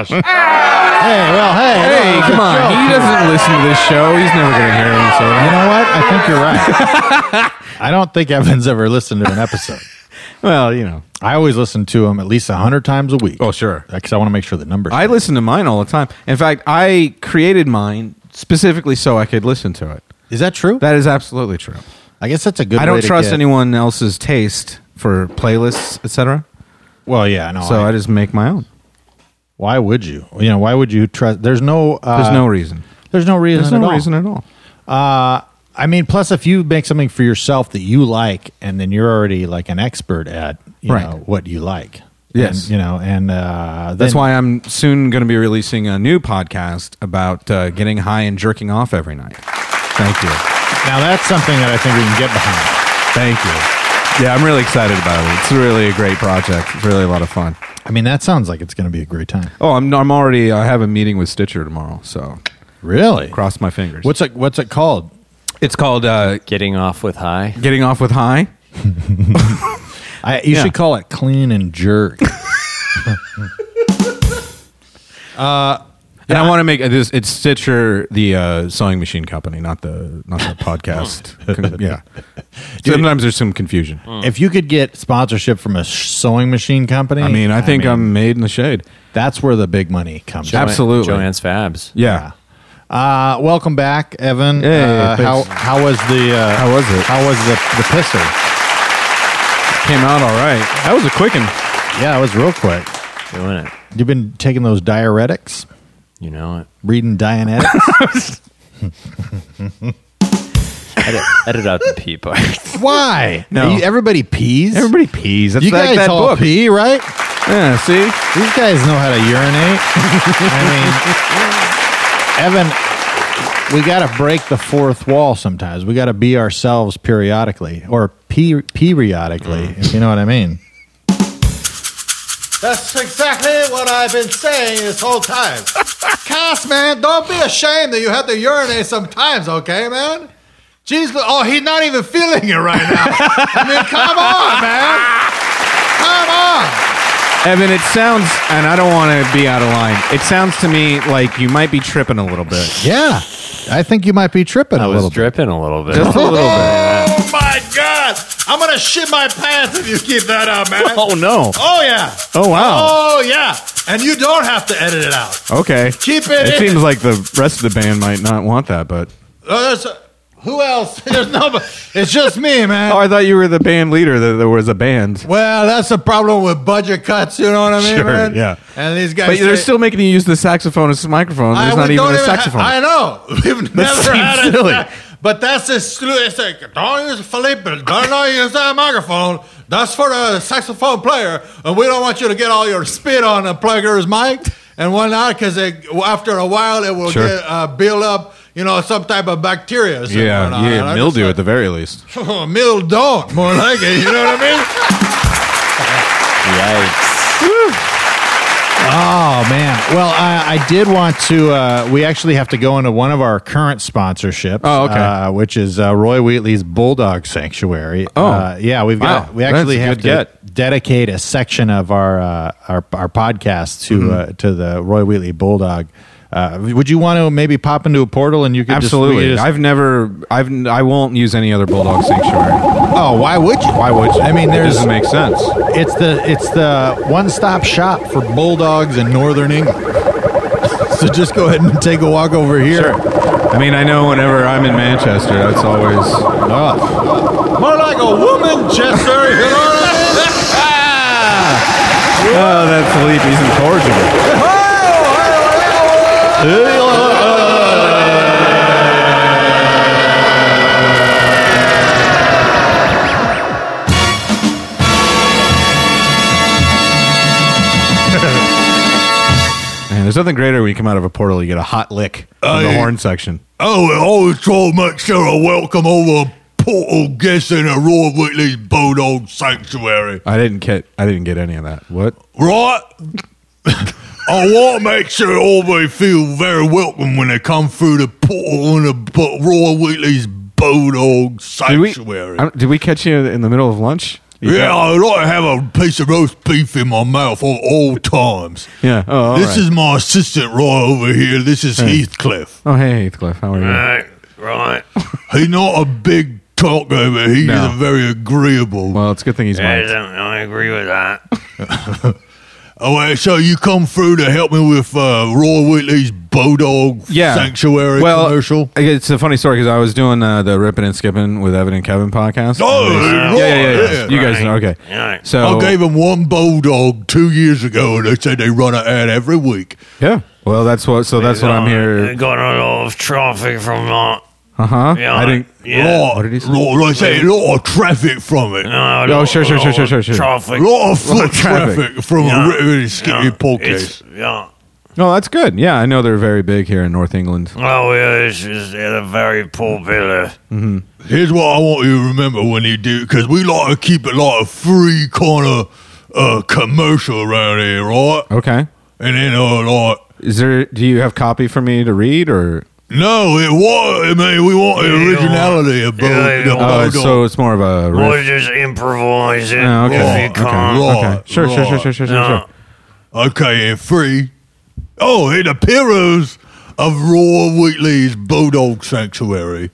[SPEAKER 1] Hey, well, hey,
[SPEAKER 2] Hey, come on. He doesn't listen to this show. He's never going to hear him. So
[SPEAKER 1] You know what? I think you're right. I don't think Evan's ever listened to an episode.
[SPEAKER 2] well, you know.
[SPEAKER 1] I always listen to him at least hundred times a week.
[SPEAKER 2] Oh, sure.
[SPEAKER 1] because I want to make sure the numbers.
[SPEAKER 2] I listen to mine all the time. In fact, I created mine specifically so I could listen to it.
[SPEAKER 1] is that true?
[SPEAKER 2] That is absolutely true.
[SPEAKER 1] I guess that's a good.
[SPEAKER 2] I
[SPEAKER 1] way
[SPEAKER 2] don't
[SPEAKER 1] to
[SPEAKER 2] trust
[SPEAKER 1] get-
[SPEAKER 2] anyone else's taste for playlists, etc.
[SPEAKER 1] Well, yeah, no.
[SPEAKER 2] So
[SPEAKER 1] I-
[SPEAKER 2] I just make my own.
[SPEAKER 1] why would you? You know, why would you trust? There's no. Uh,
[SPEAKER 2] There's no reason.
[SPEAKER 1] There's no reason.
[SPEAKER 2] There's
[SPEAKER 1] at
[SPEAKER 2] no
[SPEAKER 1] all.
[SPEAKER 2] reason at all.
[SPEAKER 1] I mean, plus if you make something for yourself that you like, and then you're already like an expert at you
[SPEAKER 2] Right.
[SPEAKER 1] know, what you like.
[SPEAKER 2] Yes.
[SPEAKER 1] And, you know, and uh,
[SPEAKER 2] That's
[SPEAKER 1] then-
[SPEAKER 2] why I'm soon going to be releasing a new podcast about uh, getting high and jerking off every night. Thank you.
[SPEAKER 1] now that's something that I think we can get behind.
[SPEAKER 2] Thank you. Yeah, I'm really excited about it. It's really a great project. It's really a lot of fun.
[SPEAKER 1] I mean, that sounds like it's going to be a great time.
[SPEAKER 2] Oh, I'm, I'm already, I have a meeting with Stitcher tomorrow. So
[SPEAKER 1] Really?
[SPEAKER 2] cross my fingers.
[SPEAKER 1] What's it? What's it called?
[SPEAKER 2] it's called uh,
[SPEAKER 5] Getting off with high.
[SPEAKER 2] Getting Off with High.
[SPEAKER 1] I, you
[SPEAKER 2] Yeah.
[SPEAKER 1] should call it clean and jerk.
[SPEAKER 2] And I want to make uh, this. It's Stitcher, the uh, sewing machine company, not the not the podcast. yeah. Sometimes there's some confusion.
[SPEAKER 1] if you could get sponsorship from a sh- sewing machine company,
[SPEAKER 2] I mean, I think I am made in the shade.
[SPEAKER 1] that's where the big money comes. from.
[SPEAKER 2] Absolutely.
[SPEAKER 5] Joanne's Fabs.
[SPEAKER 2] Yeah.
[SPEAKER 1] Uh, welcome back, Evan.
[SPEAKER 2] Hey,
[SPEAKER 1] uh,
[SPEAKER 2] thanks.
[SPEAKER 1] how how was the uh,
[SPEAKER 2] How was it?
[SPEAKER 1] How was the the pisser?
[SPEAKER 2] Came out all right. That was a quick one.
[SPEAKER 1] Yeah, it was real quick.
[SPEAKER 5] Doing it.
[SPEAKER 1] You've been taking those diuretics,
[SPEAKER 5] You know it.
[SPEAKER 1] reading Dianetics.
[SPEAKER 5] Edit, edit out the pee part.
[SPEAKER 1] Why?
[SPEAKER 2] No.
[SPEAKER 1] You- everybody pees.
[SPEAKER 2] Everybody pees. That's
[SPEAKER 1] you
[SPEAKER 2] like
[SPEAKER 1] guys
[SPEAKER 2] that
[SPEAKER 1] all
[SPEAKER 2] book.
[SPEAKER 1] pee, right?
[SPEAKER 2] Yeah, see?
[SPEAKER 1] These guys know how to urinate. I mean, Evan, we got to break the fourth wall sometimes. We got to be ourselves periodically or pe- periodically,
[SPEAKER 5] Mm.
[SPEAKER 1] if you know what I mean. That's exactly what I've been saying this whole time. Cass, man, don't be ashamed that you have to urinate sometimes, okay, man? Jeez, oh, he's not even feeling it right now. I mean, come on, man. Come on.
[SPEAKER 2] Evan, it sounds, and I don't want to be out of line, it sounds to me like you might be tripping a little bit.
[SPEAKER 1] Yeah, I think you might be tripping a
[SPEAKER 5] I was
[SPEAKER 1] little bit.
[SPEAKER 5] dripping a little bit.
[SPEAKER 2] Just a little bit.
[SPEAKER 1] Oh my god! I'm gonna shit my pants if you keep that up, man.
[SPEAKER 2] Oh, no.
[SPEAKER 1] Oh yeah.
[SPEAKER 2] Oh, wow.
[SPEAKER 1] Oh yeah. And you don't have to edit it out.
[SPEAKER 2] Okay.
[SPEAKER 1] Keep it.
[SPEAKER 2] It
[SPEAKER 1] in.
[SPEAKER 2] seems like the rest of the band might not want that, but.
[SPEAKER 1] Oh, there's who else? There's nobody. It's just me, man.
[SPEAKER 2] Oh, I thought you were the band leader, that there was a band.
[SPEAKER 1] Well, that's the problem with budget cuts. You know what I mean,
[SPEAKER 2] Sure,
[SPEAKER 1] man?
[SPEAKER 2] yeah.
[SPEAKER 1] And these guys.
[SPEAKER 2] But they're
[SPEAKER 1] say-
[SPEAKER 2] still making you use the saxophone as a microphone. There's
[SPEAKER 1] I
[SPEAKER 2] not
[SPEAKER 1] we
[SPEAKER 2] even
[SPEAKER 1] don't
[SPEAKER 2] a
[SPEAKER 1] ha-
[SPEAKER 2] saxophone.
[SPEAKER 1] I know. We've never
[SPEAKER 2] seems
[SPEAKER 1] had it.
[SPEAKER 2] silly.
[SPEAKER 1] But that's the slu- it's like, don't use Felipe. Don't not use that microphone. That's for the saxophone player, and we don't want you to get all your spit on the player's mic.
[SPEAKER 7] and whatnot because after a while it will
[SPEAKER 2] Sure.
[SPEAKER 7] get, uh, build up, you know, some type of bacteria. and
[SPEAKER 2] Yeah,
[SPEAKER 7] whatnot. And
[SPEAKER 2] yeah,
[SPEAKER 7] I'm
[SPEAKER 2] mildew at
[SPEAKER 7] just
[SPEAKER 2] the very least.
[SPEAKER 7] like, mill don't more like it. You know what I mean?
[SPEAKER 1] Oh man! Well, I, I did want to. Uh, we actually have to go into one of our current sponsorships.
[SPEAKER 2] Oh, okay.
[SPEAKER 1] Uh, which is uh, Roy Wheatley's Bulldog Sanctuary.
[SPEAKER 2] Oh.
[SPEAKER 1] uh, yeah. We've got.
[SPEAKER 2] Wow.
[SPEAKER 1] We actually
[SPEAKER 2] That's a
[SPEAKER 1] have to
[SPEAKER 2] good
[SPEAKER 1] uh, dedicate a section of our uh, our, our podcast to uh, to the Roy Wheatley Bulldog. Uh, would you want to maybe pop into a portal and you could
[SPEAKER 2] Absolutely.
[SPEAKER 1] Just, we could
[SPEAKER 2] I've never. I've. n- I won't use any other bulldog sanctuary.
[SPEAKER 1] just, oh, why would you? Why would you? I mean,
[SPEAKER 2] It
[SPEAKER 1] there's
[SPEAKER 2] doesn't make sense.
[SPEAKER 1] it's the it's the one stop shop for bulldogs in northern England. so just go ahead and take a walk over here.
[SPEAKER 2] I mean, I know whenever I'm in Manchester, that's always.
[SPEAKER 1] Oh.
[SPEAKER 7] More like a woman, Chester. You know what I mean?
[SPEAKER 2] Oh, that Felipe's incorrigible. Man, there's nothing greater when you come out of a portal, you get a hot lick on the
[SPEAKER 7] Aye.
[SPEAKER 2] horn section.
[SPEAKER 7] Oh, I always try to make sure I welcome all the portal guests in a Roy Whitley's Bulldog Sanctuary.
[SPEAKER 2] I didn't get. I didn't get any of that. What?
[SPEAKER 7] Right? I want to make sure all they feel very welcome when they come through the portal in the bu- Roy Whitley's Bulldog
[SPEAKER 2] Did we?
[SPEAKER 7] Sanctuary.
[SPEAKER 2] I don't- Did we catch you in the middle of lunch?
[SPEAKER 7] yeah, I like to have a piece of roast beef in my mouth at all times.
[SPEAKER 2] Yeah. Oh, all
[SPEAKER 7] this
[SPEAKER 2] right.
[SPEAKER 7] is my assistant Roy over here. This is Heathcliff.
[SPEAKER 2] Oh, hey, Heathcliff. How are you?
[SPEAKER 7] Right, right. He's not a big talker, but he's
[SPEAKER 2] No.
[SPEAKER 7] a very agreeable.
[SPEAKER 2] Well, it's a good thing he's mine.
[SPEAKER 10] don't I agree with that.
[SPEAKER 7] Oh, wait, so you come through to help me with uh, Roy Whitley's Bulldog Sanctuary commercial?
[SPEAKER 2] I- It's a funny story because I was doing uh, the ripping and skipping with Evan and Kevin podcast.
[SPEAKER 7] Oh,
[SPEAKER 2] yeah,
[SPEAKER 7] right,
[SPEAKER 2] yeah, yeah, yeah.
[SPEAKER 7] yeah.
[SPEAKER 2] You guys know. Okay.
[SPEAKER 10] Yeah.
[SPEAKER 2] So
[SPEAKER 7] I gave him one bulldog two years ago, and they said they run it out every week.
[SPEAKER 2] yeah. Well, that's what. So that's what I'm here.
[SPEAKER 10] Got a lot of traffic from that.
[SPEAKER 2] Uh huh.
[SPEAKER 10] Yeah.
[SPEAKER 2] I didn't.
[SPEAKER 10] Yeah.
[SPEAKER 7] Lot,
[SPEAKER 2] What did he say?
[SPEAKER 7] lot- they say a lot of traffic from it.
[SPEAKER 10] No,
[SPEAKER 7] A
[SPEAKER 2] No,
[SPEAKER 10] lot-
[SPEAKER 2] Oh, sure, sure, sure,
[SPEAKER 10] lot
[SPEAKER 2] sure,
[SPEAKER 10] of
[SPEAKER 2] sure, sure.
[SPEAKER 10] Traffic.
[SPEAKER 7] lot of foot
[SPEAKER 2] traffic.
[SPEAKER 7] traffic. from
[SPEAKER 10] Yeah.
[SPEAKER 7] a really skinny
[SPEAKER 10] Yeah.
[SPEAKER 7] podcast.
[SPEAKER 10] It's- Yeah.
[SPEAKER 2] No, that's good. Yeah, I know they're very big here in North England.
[SPEAKER 10] Oh, yeah, it's just it's a very popular.
[SPEAKER 7] Here's what I want you to remember when you do, because we like to keep it like a free kind of uh, commercial around here, right?
[SPEAKER 2] Okay.
[SPEAKER 7] And then uh, like,
[SPEAKER 2] Is there? Do you have copy for me to read or?
[SPEAKER 7] no, it was. I mean, we want the
[SPEAKER 10] Yeah, you
[SPEAKER 7] originality of
[SPEAKER 10] yeah,
[SPEAKER 7] both.
[SPEAKER 10] you
[SPEAKER 7] the
[SPEAKER 10] want-
[SPEAKER 2] Oh,
[SPEAKER 7] bulldog.
[SPEAKER 2] so it's more of a.
[SPEAKER 10] Or
[SPEAKER 2] Riff.
[SPEAKER 10] just improvise it
[SPEAKER 2] Oh, okay.
[SPEAKER 10] if you
[SPEAKER 7] Raw,
[SPEAKER 10] can't.
[SPEAKER 7] okay.
[SPEAKER 2] Okay. Sure, sure, sure, sure, sure, sure,
[SPEAKER 10] Yeah.
[SPEAKER 2] sure.
[SPEAKER 7] okay, and free. Oh, and the heroes of Roy Wheatley's Bulldog Sanctuary.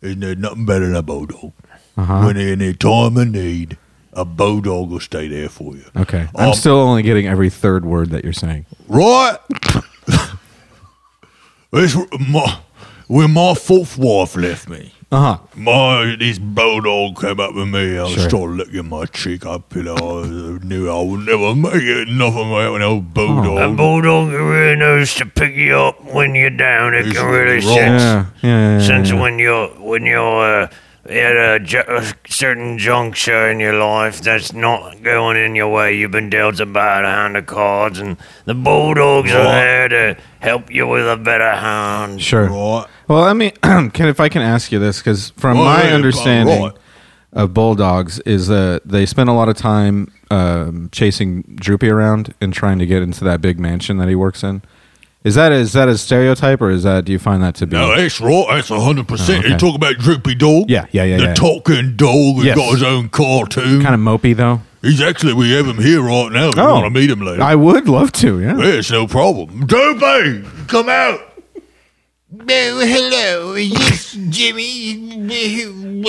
[SPEAKER 7] Isn't there nothing better than a bulldog?
[SPEAKER 2] Uh-huh.
[SPEAKER 7] When in a time of need, a bulldog will stay there for you.
[SPEAKER 2] Okay. I'm
[SPEAKER 7] Um,
[SPEAKER 2] still only getting every third word that you're saying.
[SPEAKER 7] Right? it's my, when my fourth wife left me,
[SPEAKER 2] Uh huh.
[SPEAKER 7] my this bulldog came up with me. I
[SPEAKER 2] Sure.
[SPEAKER 7] started licking my cheek up, you know. I knew I would never make it. Nothing without
[SPEAKER 2] Oh,
[SPEAKER 7] an old
[SPEAKER 10] A
[SPEAKER 7] bulldog.
[SPEAKER 10] bulldog who really knows to pick you up when you're down. It
[SPEAKER 7] It's
[SPEAKER 10] can really
[SPEAKER 7] raw.
[SPEAKER 10] sense
[SPEAKER 2] Yeah. Yeah. yeah, yeah,
[SPEAKER 10] since
[SPEAKER 2] yeah.
[SPEAKER 10] when you're when you're uh, at a, ju- a certain juncture in your life that's not going in your way, you've been dealt a bad hand of cards, and the bulldogs are there to help you with a better hand.
[SPEAKER 2] Sure.
[SPEAKER 7] Right?
[SPEAKER 2] Well, I mean, can if I can ask you this, because from
[SPEAKER 7] Well,
[SPEAKER 2] my
[SPEAKER 7] yeah,
[SPEAKER 2] understanding
[SPEAKER 7] right.
[SPEAKER 2] of bulldogs is that they spend a lot of time um, chasing Droopy around and trying to get into that big mansion that he works in. Is that is that a stereotype, or is that do you find that to be?
[SPEAKER 7] No, that's right. That's hundred
[SPEAKER 2] Oh,
[SPEAKER 7] percent.
[SPEAKER 2] okay.
[SPEAKER 7] You talk about Droopy Dog.
[SPEAKER 2] Yeah, yeah, yeah,
[SPEAKER 7] The
[SPEAKER 2] yeah.
[SPEAKER 7] talking dog who's
[SPEAKER 2] Yes.
[SPEAKER 7] got his own cartoon.
[SPEAKER 2] Kind of mopey though.
[SPEAKER 7] He's actually we have him here right now. If you want to meet him later?
[SPEAKER 2] Oh. I would love to. Yeah.
[SPEAKER 7] Yeah, it's no problem. Droopy, come out.
[SPEAKER 11] hello, yes, Jimmy.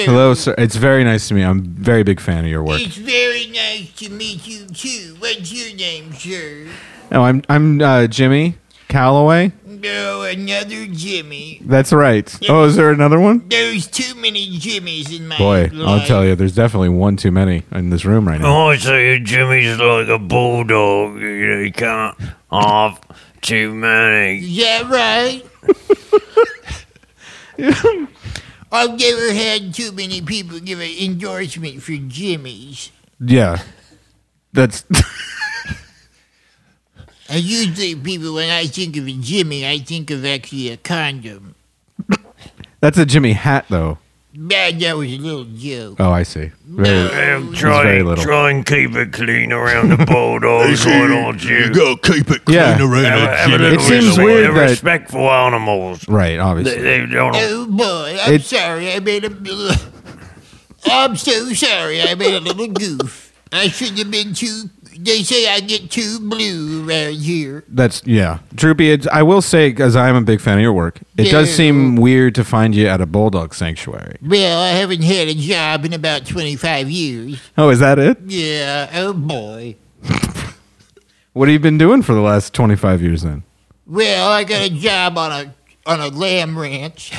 [SPEAKER 2] Hello, sir. It's very nice to meet. you. I'm a very big fan of your work.
[SPEAKER 11] It's very nice to meet you too. What's your name, sir?
[SPEAKER 2] No, I'm I'm uh, Jimmy Calloway.
[SPEAKER 11] No, another Jimmy.
[SPEAKER 2] That's right. Oh, is there another one?
[SPEAKER 11] There's too many Jimmys in my
[SPEAKER 2] Boy,
[SPEAKER 11] life.
[SPEAKER 2] I'll tell you, there's definitely one too many in this room right now.
[SPEAKER 10] Oh, so you Jimmy's like a bulldog. You, know, you can't have too many.
[SPEAKER 11] Is that right? I've never had too many people give an endorsement for Jimmys.
[SPEAKER 2] Yeah. That's
[SPEAKER 11] And usually, people, when I think of a Jimmy, I think of actually a condom.
[SPEAKER 2] That's a Jimmy hat, though.
[SPEAKER 11] Man, that was a little joke.
[SPEAKER 2] Oh, I see. Very,
[SPEAKER 10] Yeah,
[SPEAKER 2] It's
[SPEAKER 10] try,
[SPEAKER 2] very little.
[SPEAKER 10] try and keep it clean around the bulldogs, why don't
[SPEAKER 7] you
[SPEAKER 10] you?
[SPEAKER 7] gotta keep it clean
[SPEAKER 2] Yeah.
[SPEAKER 7] around
[SPEAKER 10] Have a-
[SPEAKER 7] that
[SPEAKER 10] have a
[SPEAKER 7] Jimmy.
[SPEAKER 10] little
[SPEAKER 2] It seems
[SPEAKER 10] respect-
[SPEAKER 2] weird that-
[SPEAKER 10] respect for animals.
[SPEAKER 2] right,
[SPEAKER 10] They,
[SPEAKER 2] obviously.
[SPEAKER 10] they don't.
[SPEAKER 11] Oh boy, I'm
[SPEAKER 2] It-
[SPEAKER 11] sorry. I made a. I'm so sorry. I made a little goof. I shouldn't have been too. They say I get too blue around here.
[SPEAKER 2] That's yeah, Droopy. It's, I will say, because I am a big fan of your work, it does
[SPEAKER 11] Yeah.
[SPEAKER 2] seem weird to find you at a bulldog sanctuary.
[SPEAKER 11] Well, I haven't had a job in about 25 years.
[SPEAKER 2] Oh, is that it?
[SPEAKER 11] Yeah. Oh boy.
[SPEAKER 2] What have you been doing for the last twenty five years then?
[SPEAKER 11] Well, I got a job on a on a lamb ranch.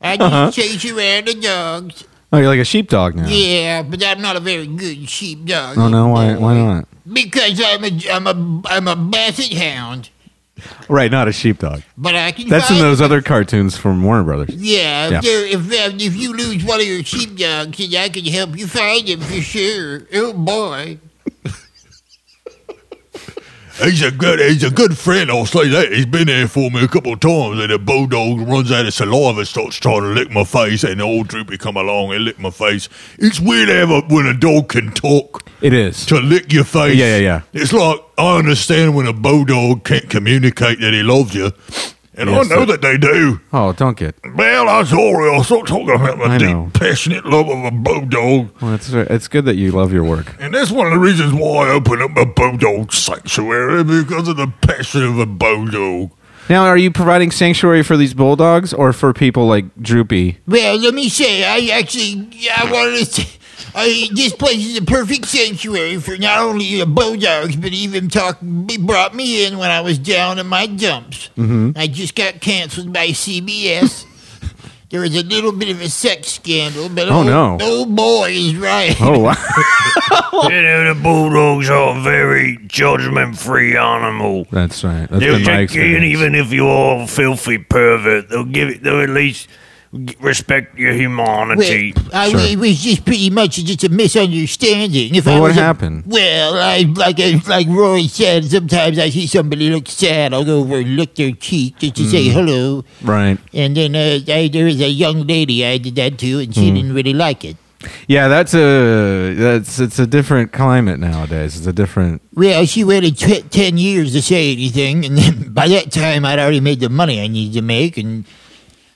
[SPEAKER 11] I just
[SPEAKER 2] Uh-huh.
[SPEAKER 11] chase around the dogs.
[SPEAKER 2] Oh, you're like a sheepdog now.
[SPEAKER 11] Yeah, but I'm not a very good sheepdog.
[SPEAKER 2] Oh no, why? Why not?
[SPEAKER 11] Because I'm a I'm a I'm a basset hound.
[SPEAKER 2] Right, not a sheepdog.
[SPEAKER 11] But I can.
[SPEAKER 2] That's in
[SPEAKER 11] find-
[SPEAKER 2] those other cartoons from Warner Brothers.
[SPEAKER 11] Yeah, if
[SPEAKER 2] Yeah.
[SPEAKER 11] there- if uh, if you lose one of your sheepdogs, then I can help you find him for sure. Oh boy.
[SPEAKER 7] He's a good, he's a good friend. I'll say that. He's been there for me a couple of times, and the bulldog runs out of saliva, starts trying to lick my face, and the old droopy come along and lick my face. It's weird to have a, when a dog can talk
[SPEAKER 2] It is.
[SPEAKER 7] to lick your face.
[SPEAKER 2] Yeah, yeah, yeah.
[SPEAKER 7] It's like I understand when a bulldog can't communicate that he loves you, and
[SPEAKER 2] Yes,
[SPEAKER 7] I know
[SPEAKER 2] but-
[SPEAKER 7] that they do.
[SPEAKER 2] Oh, don't get.
[SPEAKER 7] Well, I'm sorry. I start talking about my
[SPEAKER 2] I
[SPEAKER 7] deep,
[SPEAKER 2] know.
[SPEAKER 7] passionate love of a bulldog.
[SPEAKER 2] Well, it's it's good that you love your work.
[SPEAKER 7] And that's one of the reasons why I opened up my bulldog sanctuary because of the passion of a bulldog.
[SPEAKER 2] Now, are you providing sanctuary for these bulldogs or for people like Droopy?
[SPEAKER 11] Well, let me say, I actually I wanted to. Say, I, this place is a perfect sanctuary for not only the bulldogs, but even talk. They brought me in when I was down in my dumps.
[SPEAKER 2] Mm-hmm.
[SPEAKER 11] I just got canceled by CBS. there was a little bit of a sex scandal, but
[SPEAKER 2] Oh,
[SPEAKER 11] old,
[SPEAKER 2] no.
[SPEAKER 11] old boy is right.
[SPEAKER 2] Oh, wow.
[SPEAKER 10] You know, the bulldogs are a very judgment-free animal.
[SPEAKER 2] that's right. That's
[SPEAKER 10] They'll
[SPEAKER 2] been my
[SPEAKER 10] take you in,
[SPEAKER 2] experience.
[SPEAKER 10] even if you are a filthy pervert. They'll give it. They'll at least g- respect your humanity.
[SPEAKER 11] Well, I,
[SPEAKER 2] Sure.
[SPEAKER 11] It was just pretty much just a misunderstanding. If
[SPEAKER 2] Well,
[SPEAKER 11] I
[SPEAKER 2] what
[SPEAKER 11] was a-
[SPEAKER 2] happened?
[SPEAKER 11] well, I, like I, like Roy said, sometimes I see somebody look sad. I'll go over and lick their cheek just to
[SPEAKER 2] Hmm.
[SPEAKER 11] say hello.
[SPEAKER 2] Right.
[SPEAKER 11] And then uh, I, there was a young lady I did that to, and
[SPEAKER 2] Hmm.
[SPEAKER 11] she didn't really like it.
[SPEAKER 2] Yeah, that's a that's it's a different climate nowadays. It's a different.
[SPEAKER 11] Well, she waited t- 10 years to say anything, and then by that time I'd already made the money I needed to make. And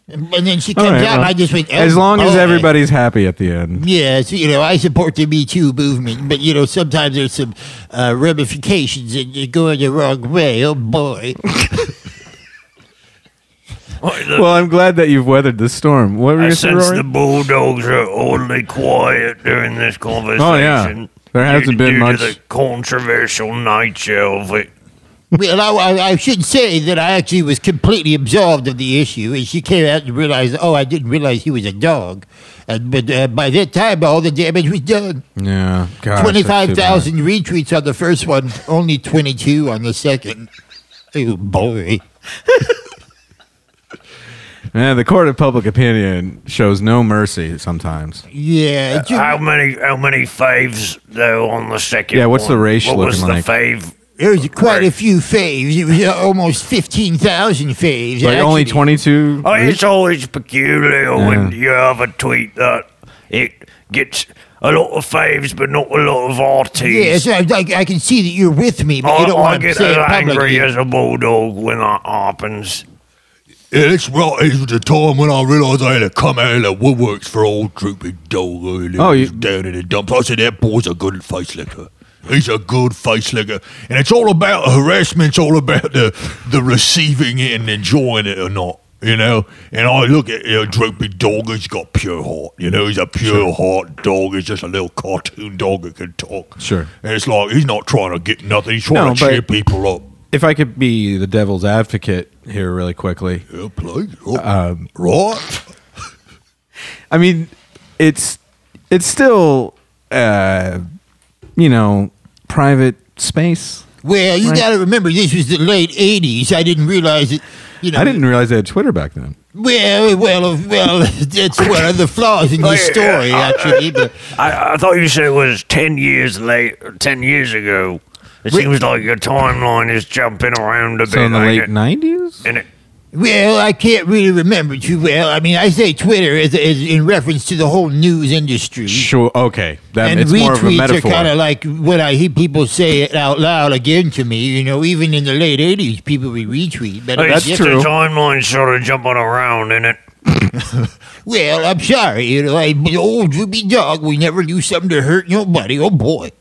[SPEAKER 11] and then she comes
[SPEAKER 2] All right,
[SPEAKER 11] out, and
[SPEAKER 2] well,
[SPEAKER 11] I just went, oh,
[SPEAKER 2] as long as
[SPEAKER 11] boy.
[SPEAKER 2] everybody's happy at the end.
[SPEAKER 11] Yes, you know, I support the Me Too movement, but, you know, sometimes there's some uh, ramifications and you're going the wrong way. Oh, boy.
[SPEAKER 2] Well, I'm glad that you've weathered the storm. What were
[SPEAKER 10] I
[SPEAKER 2] you saying,
[SPEAKER 10] sense
[SPEAKER 2] Rory?
[SPEAKER 10] the bulldogs are oddly quiet during this conversation.
[SPEAKER 2] Oh, There hasn't
[SPEAKER 10] due-
[SPEAKER 2] been
[SPEAKER 10] due
[SPEAKER 2] much-
[SPEAKER 10] To the controversial nature of it.
[SPEAKER 11] well, I, I, I should say that I actually was completely absolved of the issue, and she came out and realized, oh, I didn't realize he was a dog. And, but uh, by that time, all the damage was done.
[SPEAKER 2] yeah, gosh, that's too bad.
[SPEAKER 11] 25,000 retweets on the first one, only 22 on the second. Oh, boy.
[SPEAKER 2] Yeah, the court of public opinion shows no mercy sometimes.
[SPEAKER 11] Yeah. it's-
[SPEAKER 10] How many? How many faves though on the second?
[SPEAKER 2] Yeah, what's the
[SPEAKER 10] one?
[SPEAKER 2] race
[SPEAKER 10] What was
[SPEAKER 2] looking
[SPEAKER 10] the fave?
[SPEAKER 11] There was quite a few faves. It was uh, almost 15,000 faves.
[SPEAKER 2] Like only
[SPEAKER 11] actually.
[SPEAKER 2] 22.
[SPEAKER 10] Oh, it's always peculiar when you have a tweet that it gets a lot of faves, but not a lot of RTs.
[SPEAKER 11] Yeah, so I, I, I can see that you're with me, but
[SPEAKER 10] I,
[SPEAKER 11] you don't
[SPEAKER 10] Oh, I
[SPEAKER 11] want to
[SPEAKER 10] get
[SPEAKER 11] say
[SPEAKER 10] as
[SPEAKER 11] it
[SPEAKER 10] angry
[SPEAKER 11] publicly.
[SPEAKER 10] as a bulldog when that happens.
[SPEAKER 7] Yeah, that's right. It was the time when I realised I had to come out of the woodworks for old droopy dog.
[SPEAKER 2] Oh,
[SPEAKER 7] Oh,
[SPEAKER 2] you-
[SPEAKER 7] you down in the dumps. I said that boy's a good face licker. He's a good face licker, and it's all about harassment. It's all about the the receiving it and enjoying it or not. You know, and I look at you know, Droopy Dog, he's got pure heart. You know, he's a pure heart dog. He's just a little cartoon dog that can talk.
[SPEAKER 2] Sure.
[SPEAKER 7] And it's like, he's not trying to get nothing. He's trying
[SPEAKER 2] No,
[SPEAKER 7] to
[SPEAKER 2] but-
[SPEAKER 7] cheer people up.
[SPEAKER 2] If I could be the devil's advocate here really quickly.
[SPEAKER 7] Yeah, play. Um, right.
[SPEAKER 2] I mean, it's it's still uh, you know, private space.
[SPEAKER 11] Well, you
[SPEAKER 2] Right.
[SPEAKER 11] got to remember, this was the late 80s. I didn't realize it. You know,
[SPEAKER 2] I didn't realize they had Twitter back then.
[SPEAKER 11] Well, well, well. That's one of the flaws in this story, actually. But
[SPEAKER 10] I, I thought you said it was 10 years late, 10 years ago. It seems like your timeline is jumping around a bit.
[SPEAKER 2] So in the
[SPEAKER 10] ain't
[SPEAKER 2] late
[SPEAKER 10] it?
[SPEAKER 2] nineties.
[SPEAKER 10] Ain't it?
[SPEAKER 11] Well, I can't really remember too well. I mean, I say Twitter is, is in reference to the whole news industry.
[SPEAKER 2] Sure. Okay. That,
[SPEAKER 11] and
[SPEAKER 2] it's
[SPEAKER 11] retweets
[SPEAKER 2] more of a
[SPEAKER 11] are
[SPEAKER 2] metaphor.
[SPEAKER 11] kind of like what I hear people say it out loud again to me. You know, even in the late '80s, people would retweet. But
[SPEAKER 10] It's
[SPEAKER 11] Yeah.
[SPEAKER 10] just Your timeline's sort of jumping around, isn't it?
[SPEAKER 11] Well, I'm sorry. You know, I'm an old droopy dog. We never do something to hurt nobody. Oh boy.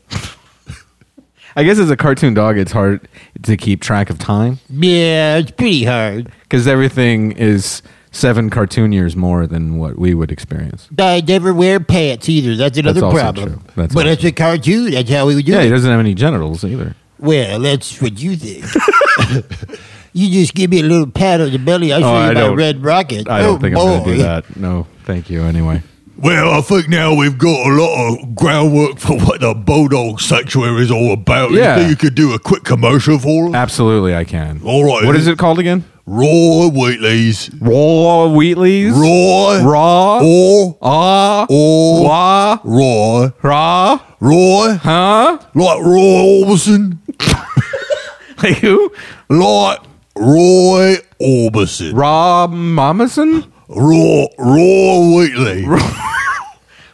[SPEAKER 2] I guess as a cartoon dog, it's hard to keep track of time
[SPEAKER 11] Yeah, it's pretty hard.
[SPEAKER 2] because everything is seven cartoon years more than what we would experience.
[SPEAKER 11] I never wear pants either. That's another
[SPEAKER 2] also
[SPEAKER 11] problem.
[SPEAKER 2] true. That's
[SPEAKER 11] but
[SPEAKER 2] also
[SPEAKER 11] it's a cartoon. That's how we would do
[SPEAKER 2] Yeah,
[SPEAKER 11] it.
[SPEAKER 2] he doesn't have any genitals either.
[SPEAKER 11] Well, that's what you think. you just give me a little pat on the belly. I'll show
[SPEAKER 2] Oh,
[SPEAKER 11] you
[SPEAKER 2] I
[SPEAKER 11] my
[SPEAKER 2] don't-
[SPEAKER 11] red rocket.
[SPEAKER 2] I don't
[SPEAKER 11] Oh,
[SPEAKER 2] think I'm going to do
[SPEAKER 11] boy.
[SPEAKER 2] that. No, thank you. Anyway,
[SPEAKER 7] Well, I think now we've got a lot of groundwork for what the Bulldog Sanctuary is all about. You
[SPEAKER 2] Yeah.
[SPEAKER 7] think you could do a quick commercial for us?
[SPEAKER 2] absolutely, I can.
[SPEAKER 7] All right.
[SPEAKER 2] What is it called again?
[SPEAKER 7] Roy Wheatley's.
[SPEAKER 2] Raw Wheatleys.
[SPEAKER 7] Roy.
[SPEAKER 2] Raw.
[SPEAKER 7] Or.
[SPEAKER 2] Ah.
[SPEAKER 7] Or.
[SPEAKER 2] Wah.
[SPEAKER 7] Roy.
[SPEAKER 2] Raw.
[SPEAKER 7] Roy.
[SPEAKER 2] Huh?
[SPEAKER 7] Like Roy Orbison.
[SPEAKER 2] Like who?
[SPEAKER 7] Like Roy Orbison.
[SPEAKER 2] Raw Momison?
[SPEAKER 7] Roy, Roy Wheatley.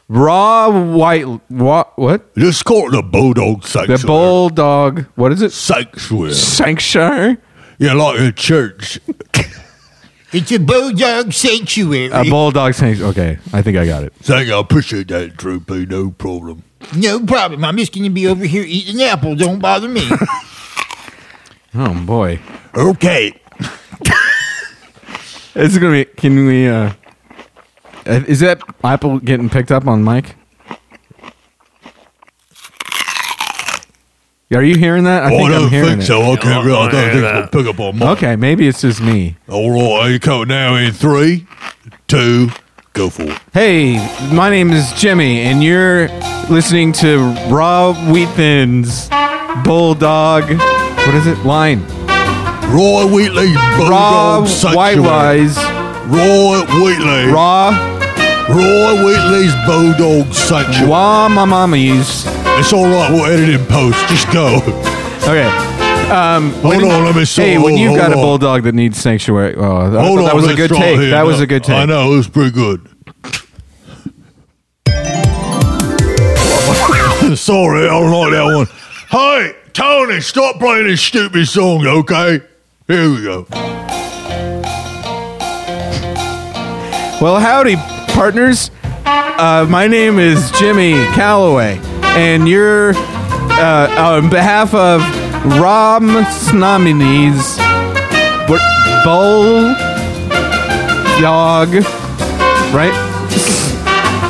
[SPEAKER 2] Raw White. What? What?
[SPEAKER 7] Just call it the Bulldog Sanctuary.
[SPEAKER 2] The Bulldog. What is it?
[SPEAKER 7] Sanctuary.
[SPEAKER 2] Sanctuary?
[SPEAKER 7] Yeah, like a church.
[SPEAKER 11] It's a bulldog sanctuary.
[SPEAKER 2] A Bulldog Sanctuary. Okay, I think I got it.
[SPEAKER 7] Thank you. I appreciate that, Droopy. No problem.
[SPEAKER 11] no problem. I'm just going to be over here eating apple. Don't bother me.
[SPEAKER 2] Oh, boy.
[SPEAKER 7] Okay.
[SPEAKER 2] It's going to be. Can we. uh Is that Apple getting picked up on mic? Are you hearing that? I
[SPEAKER 7] Oh, I,
[SPEAKER 2] think I'm
[SPEAKER 7] don't
[SPEAKER 2] hearing
[SPEAKER 7] think
[SPEAKER 2] it.
[SPEAKER 7] so. I can't. Really, I
[SPEAKER 10] I
[SPEAKER 7] don't
[SPEAKER 10] hear
[SPEAKER 7] think
[SPEAKER 10] that.
[SPEAKER 7] we'll pick up on mine.
[SPEAKER 2] Okay, maybe it's just me.
[SPEAKER 7] All right. Here you come now in three, two, go for it.
[SPEAKER 2] Hey, my name is Jimmy, and you're listening to Rob Wheatman's Bulldog. What is it? Line.
[SPEAKER 7] Roy Wheatley,
[SPEAKER 2] Raw
[SPEAKER 7] Bulldog
[SPEAKER 2] White
[SPEAKER 7] Sanctuary.
[SPEAKER 2] Wise.
[SPEAKER 7] Roy Wheatley.
[SPEAKER 2] Raw
[SPEAKER 7] Roy Wheatley's Bulldog Sanctuary.
[SPEAKER 2] Wah My Mommies.
[SPEAKER 7] It's all right. We'll edit in post. Just go.
[SPEAKER 2] Okay. Um,
[SPEAKER 7] Hold on. Let me see.
[SPEAKER 2] hey, when
[SPEAKER 7] hold,
[SPEAKER 2] you've
[SPEAKER 7] hold
[SPEAKER 2] got a
[SPEAKER 7] on.
[SPEAKER 2] bulldog that needs sanctuary. Oh, I thought
[SPEAKER 7] Hold on.
[SPEAKER 2] that was a
[SPEAKER 7] let's
[SPEAKER 2] good
[SPEAKER 7] try
[SPEAKER 2] take.
[SPEAKER 7] here.
[SPEAKER 2] That was
[SPEAKER 7] No,
[SPEAKER 2] a good
[SPEAKER 7] I
[SPEAKER 2] take.
[SPEAKER 7] know. It was pretty good. Sorry, I don't like that one. Hey, Tony, stop playing this stupid song, okay? Here we go.
[SPEAKER 2] Well, howdy, partners. Uh, my name is Jimmy Calloway, and you're uh, on behalf of Rom Snomini's Bowl Dog, right?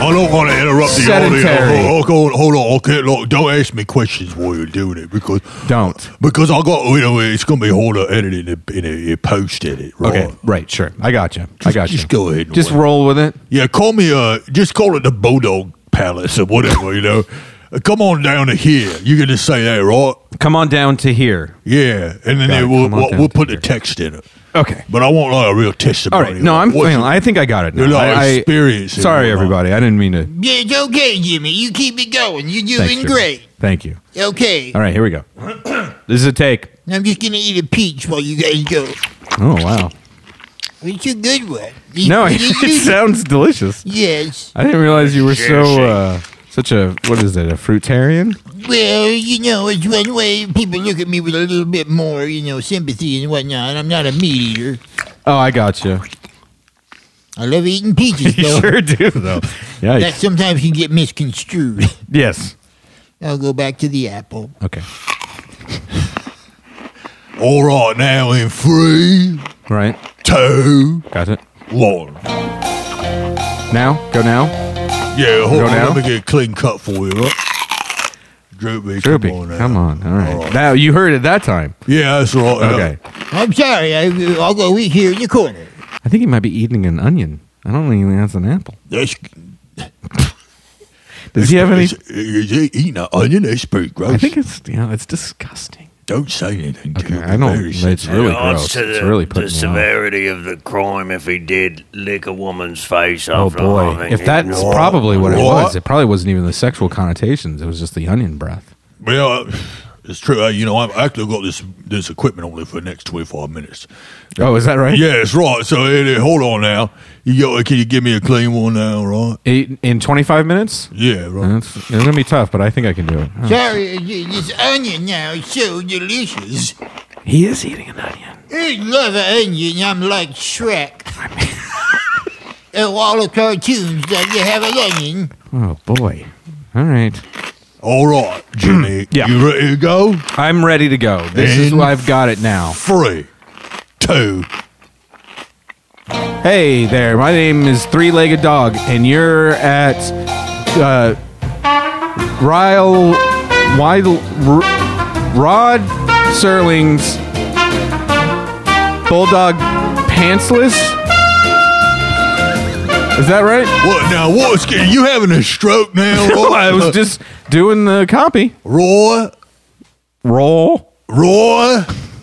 [SPEAKER 7] I don't want to interrupt the audience.
[SPEAKER 2] Sedentary.
[SPEAKER 7] Hold, hold, hold on, I can't. Look, don't ask me questions while you're doing it because
[SPEAKER 2] Don't.
[SPEAKER 7] because I got you know it's gonna be harder editing in a, in a, post edit. Right?
[SPEAKER 2] Okay, right, sure. I got you. I got you.
[SPEAKER 7] Just go ahead. And
[SPEAKER 2] Just
[SPEAKER 7] wait.
[SPEAKER 2] roll with it.
[SPEAKER 7] Yeah, call me. Uh, just call it the Bulldog Palace or whatever. You know, Uh, come on down to here. You can just say that, right?
[SPEAKER 2] Come on down to here.
[SPEAKER 7] Yeah, and
[SPEAKER 2] Got
[SPEAKER 7] then they
[SPEAKER 2] it.
[SPEAKER 7] will,
[SPEAKER 2] Come on
[SPEAKER 7] we'll,
[SPEAKER 2] down
[SPEAKER 7] we'll
[SPEAKER 2] to
[SPEAKER 7] put
[SPEAKER 2] here.
[SPEAKER 7] the text in it.
[SPEAKER 2] Okay.
[SPEAKER 7] But I want like a real
[SPEAKER 2] All
[SPEAKER 7] testimony.
[SPEAKER 2] right. No,
[SPEAKER 7] like,
[SPEAKER 2] I'm.
[SPEAKER 7] what's
[SPEAKER 2] Hang
[SPEAKER 7] it-
[SPEAKER 2] on, I think I got it. Now.
[SPEAKER 7] You're not
[SPEAKER 2] I, I-
[SPEAKER 7] experienced in
[SPEAKER 2] Sorry,
[SPEAKER 7] it, huh?
[SPEAKER 2] everybody. I didn't mean to.
[SPEAKER 11] Yeah, it's okay, Jimmy. You keep it going. You're
[SPEAKER 2] Thanks,
[SPEAKER 11] doing
[SPEAKER 2] Jimmy.
[SPEAKER 11] great.
[SPEAKER 2] Thank you.
[SPEAKER 11] Okay.
[SPEAKER 2] All right, here we go. this is a take.
[SPEAKER 11] I'm just going to eat a peach while you guys go.
[SPEAKER 2] Oh wow.
[SPEAKER 11] It's a good one.
[SPEAKER 2] No,
[SPEAKER 11] You-
[SPEAKER 2] it,
[SPEAKER 11] you- you-
[SPEAKER 2] sounds delicious.
[SPEAKER 11] Yes.
[SPEAKER 2] I didn't realize you were so uh, such a what is it a fruitarian?
[SPEAKER 11] Well, you know, it's one way people look at me with a little bit more, you know, sympathy and whatnot. I'm not a meat eater.
[SPEAKER 2] Oh, I got you.
[SPEAKER 11] I love eating peaches, though.
[SPEAKER 2] do though.
[SPEAKER 11] That
[SPEAKER 2] Yikes.
[SPEAKER 11] sometimes can get misconstrued.
[SPEAKER 2] Yes.
[SPEAKER 11] I'll go back to the apple.
[SPEAKER 2] Okay.
[SPEAKER 7] All right, now in three,
[SPEAKER 2] Right.
[SPEAKER 7] two,
[SPEAKER 2] Got it.
[SPEAKER 7] one.
[SPEAKER 2] Now go now.
[SPEAKER 7] Yeah, hold
[SPEAKER 2] Go
[SPEAKER 7] on.
[SPEAKER 2] now?
[SPEAKER 7] Let me get a clean cut for you. Right? Droopy,
[SPEAKER 2] Droopy.
[SPEAKER 7] come on now.
[SPEAKER 2] Come on. All right.
[SPEAKER 7] All right.
[SPEAKER 2] Now you heard it that time.
[SPEAKER 7] Yeah, that's all right.
[SPEAKER 2] Okay.
[SPEAKER 11] I'm sorry. I, I'll go eat here in the corner.
[SPEAKER 2] I think he might be eating an onion. I don't think that's an apple.
[SPEAKER 7] That's,
[SPEAKER 2] Does he have any?
[SPEAKER 7] is, is he eating an onion? That's pretty gross.
[SPEAKER 2] I think it's yeah. It's disgusting.
[SPEAKER 7] Don't say anything.
[SPEAKER 2] Okay.
[SPEAKER 7] Droopy.
[SPEAKER 2] I don't.
[SPEAKER 7] Very
[SPEAKER 2] It's really
[SPEAKER 10] It adds
[SPEAKER 2] gross.
[SPEAKER 10] To the,
[SPEAKER 2] It's really
[SPEAKER 10] the
[SPEAKER 2] putting me off.
[SPEAKER 10] severity of the crime if he did lick a woman's face
[SPEAKER 2] Oh
[SPEAKER 10] after
[SPEAKER 2] boy!
[SPEAKER 10] having
[SPEAKER 2] If
[SPEAKER 10] it.
[SPEAKER 2] that's
[SPEAKER 10] Whoa.
[SPEAKER 2] probably what it
[SPEAKER 7] What?
[SPEAKER 2] was, it probably wasn't even the sexual connotations. It was just the onion breath.
[SPEAKER 7] Well, It's true. Uh, you know, I've actually got this this equipment only for the next twenty five minutes.
[SPEAKER 2] Oh, is that right?
[SPEAKER 7] Yeah, it's right. So hey, hey, hold on now. You go, can you give me a clean one now, right?
[SPEAKER 2] Eight, in 25 minutes?
[SPEAKER 7] Yeah, right.
[SPEAKER 2] That's, it's going to be tough, but I think I can do it. Oh.
[SPEAKER 11] Sorry, this onion now is so delicious.
[SPEAKER 5] He is eating an onion.
[SPEAKER 11] I love an onion. I'm like Shrek. oh, all the cartoons that you have an onion.
[SPEAKER 2] Oh, boy. All right.
[SPEAKER 7] All right, Jimmy.
[SPEAKER 2] Mm-hmm. Yeah.
[SPEAKER 7] You ready to go?
[SPEAKER 2] I'm ready to go. This is
[SPEAKER 7] In-
[SPEAKER 2] why I've got it now.
[SPEAKER 7] Three, two.
[SPEAKER 2] Hey there, my name is Three Legged Dog, and you're at uh, Ryle Wydl, R- Rod Serling's Bulldog Pantsless. Is that right?
[SPEAKER 7] What now? What's getting you having a stroke now, Roy?
[SPEAKER 2] I was just doing the copy.
[SPEAKER 7] Roy,
[SPEAKER 2] Roll.
[SPEAKER 7] Roy,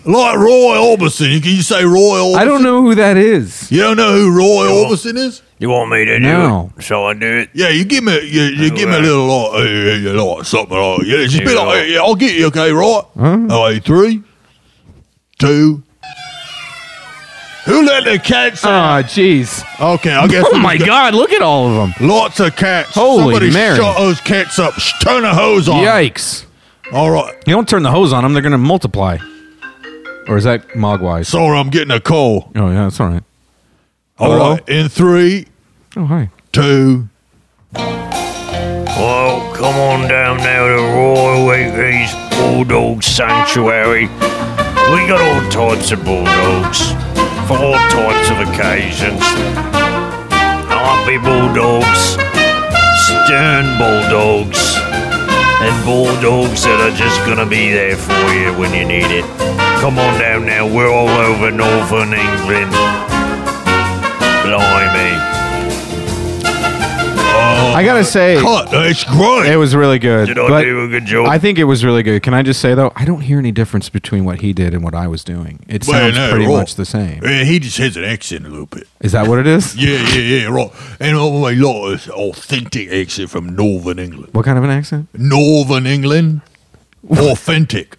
[SPEAKER 7] like Roy Orbison. Can you say Roy Orbison?
[SPEAKER 2] I don't know who that is.
[SPEAKER 7] You don't know who Roy Orbison is?
[SPEAKER 10] You want me to do
[SPEAKER 2] No.
[SPEAKER 10] it? Shall I do it?
[SPEAKER 7] Yeah, you give me, you, you give me a little like, hey, hey, you like something like, yeah, just be like, hey, yeah, I'll get you, okay, right? All right, three, two. Who let the cats out?
[SPEAKER 2] Ah, jeez.
[SPEAKER 7] Okay, I guess.
[SPEAKER 2] Oh
[SPEAKER 7] we
[SPEAKER 2] my
[SPEAKER 7] got
[SPEAKER 2] God! Look at all of them.
[SPEAKER 7] Lots of cats.
[SPEAKER 2] Holy
[SPEAKER 7] Somebody
[SPEAKER 2] Mary.
[SPEAKER 7] shut those cats up. Sh- Turn the hose on.
[SPEAKER 2] Yikes!
[SPEAKER 7] All right.
[SPEAKER 2] You don't turn the hose on them; they're going to multiply. Or is that mogwai?
[SPEAKER 7] Sorry, I'm getting a cold.
[SPEAKER 2] Oh yeah, that's all right.
[SPEAKER 7] All right.
[SPEAKER 2] Hello?
[SPEAKER 7] In three,
[SPEAKER 2] Oh hi.
[SPEAKER 7] two.
[SPEAKER 10] Well, come on down now to Royal Weekly's Bulldog Sanctuary. We got all types of bulldogs for all types of occasions. Happy bulldogs, stern bulldogs, and bulldogs that are just gonna be there for you when you need it. Come on down now, we're all over northern England. Blimey.
[SPEAKER 2] I gotta say,
[SPEAKER 7] Cut. uh, It's great.
[SPEAKER 2] it was really good.
[SPEAKER 10] Did I
[SPEAKER 2] but
[SPEAKER 10] do a good job?
[SPEAKER 2] I think it was really good. Can I just say though, I don't hear any difference between what he did and what I was doing. It
[SPEAKER 7] Well,
[SPEAKER 2] sounds
[SPEAKER 7] no,
[SPEAKER 2] pretty
[SPEAKER 7] Roy.
[SPEAKER 2] much the same.
[SPEAKER 7] Yeah, he just has an accent a little bit.
[SPEAKER 2] Is that what it is?
[SPEAKER 7] Yeah, yeah, yeah, right. And a lot of authentic accent from Northern England.
[SPEAKER 2] What kind of an accent?
[SPEAKER 7] Northern England, authentic.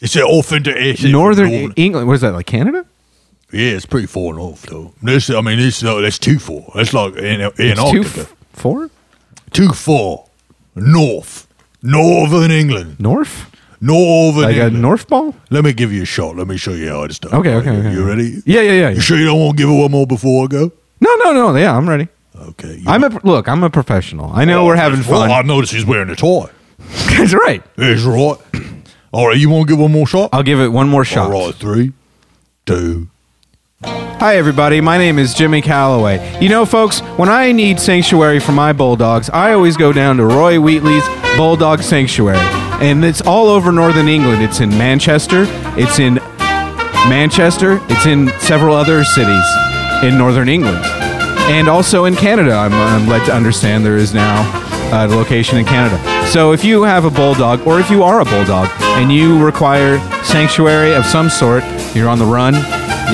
[SPEAKER 7] it's an authentic accent. from
[SPEAKER 2] Northern E- England. What is that? Like Canada?
[SPEAKER 7] Yeah, it's pretty far north though. This, I mean, this uh, that's too far. That's like in in
[SPEAKER 2] It's two,
[SPEAKER 7] Antarctica.
[SPEAKER 2] f- four,
[SPEAKER 7] Too far north, Northern England,
[SPEAKER 2] north,
[SPEAKER 7] Northern
[SPEAKER 2] like a
[SPEAKER 7] England.
[SPEAKER 2] north ball.
[SPEAKER 7] Let me give you a shot. Let me show you how it's done.
[SPEAKER 2] Okay, okay, okay.
[SPEAKER 7] You ready?
[SPEAKER 2] Yeah, yeah,
[SPEAKER 7] You
[SPEAKER 2] yeah.
[SPEAKER 7] sure you don't want to give it one more before I go?
[SPEAKER 2] No, no, no. Yeah, I'm ready.
[SPEAKER 7] Okay. You Oh,
[SPEAKER 2] I'm a look. I'm a professional. I know we're having
[SPEAKER 7] Well, I
[SPEAKER 2] fun.
[SPEAKER 7] noticed he's wearing a tie.
[SPEAKER 2] That's right.
[SPEAKER 7] That's right. All right, you want to give one more shot?
[SPEAKER 2] I'll give it one more shot.
[SPEAKER 7] All right, three, two.
[SPEAKER 2] Hi, everybody. My name is Jimmy Calloway. You know, folks, when I need sanctuary for my bulldogs, I always go down to Roy Wheatley's Bulldog Sanctuary. And it's all over northern England. It's in Manchester, it's in Manchester, it's in several other cities in northern England. And also in Canada, I'm, I'm led to understand there is now a location in Canada. So if you have a bulldog, or if you are a bulldog, and you require sanctuary of some sort, you're on the run,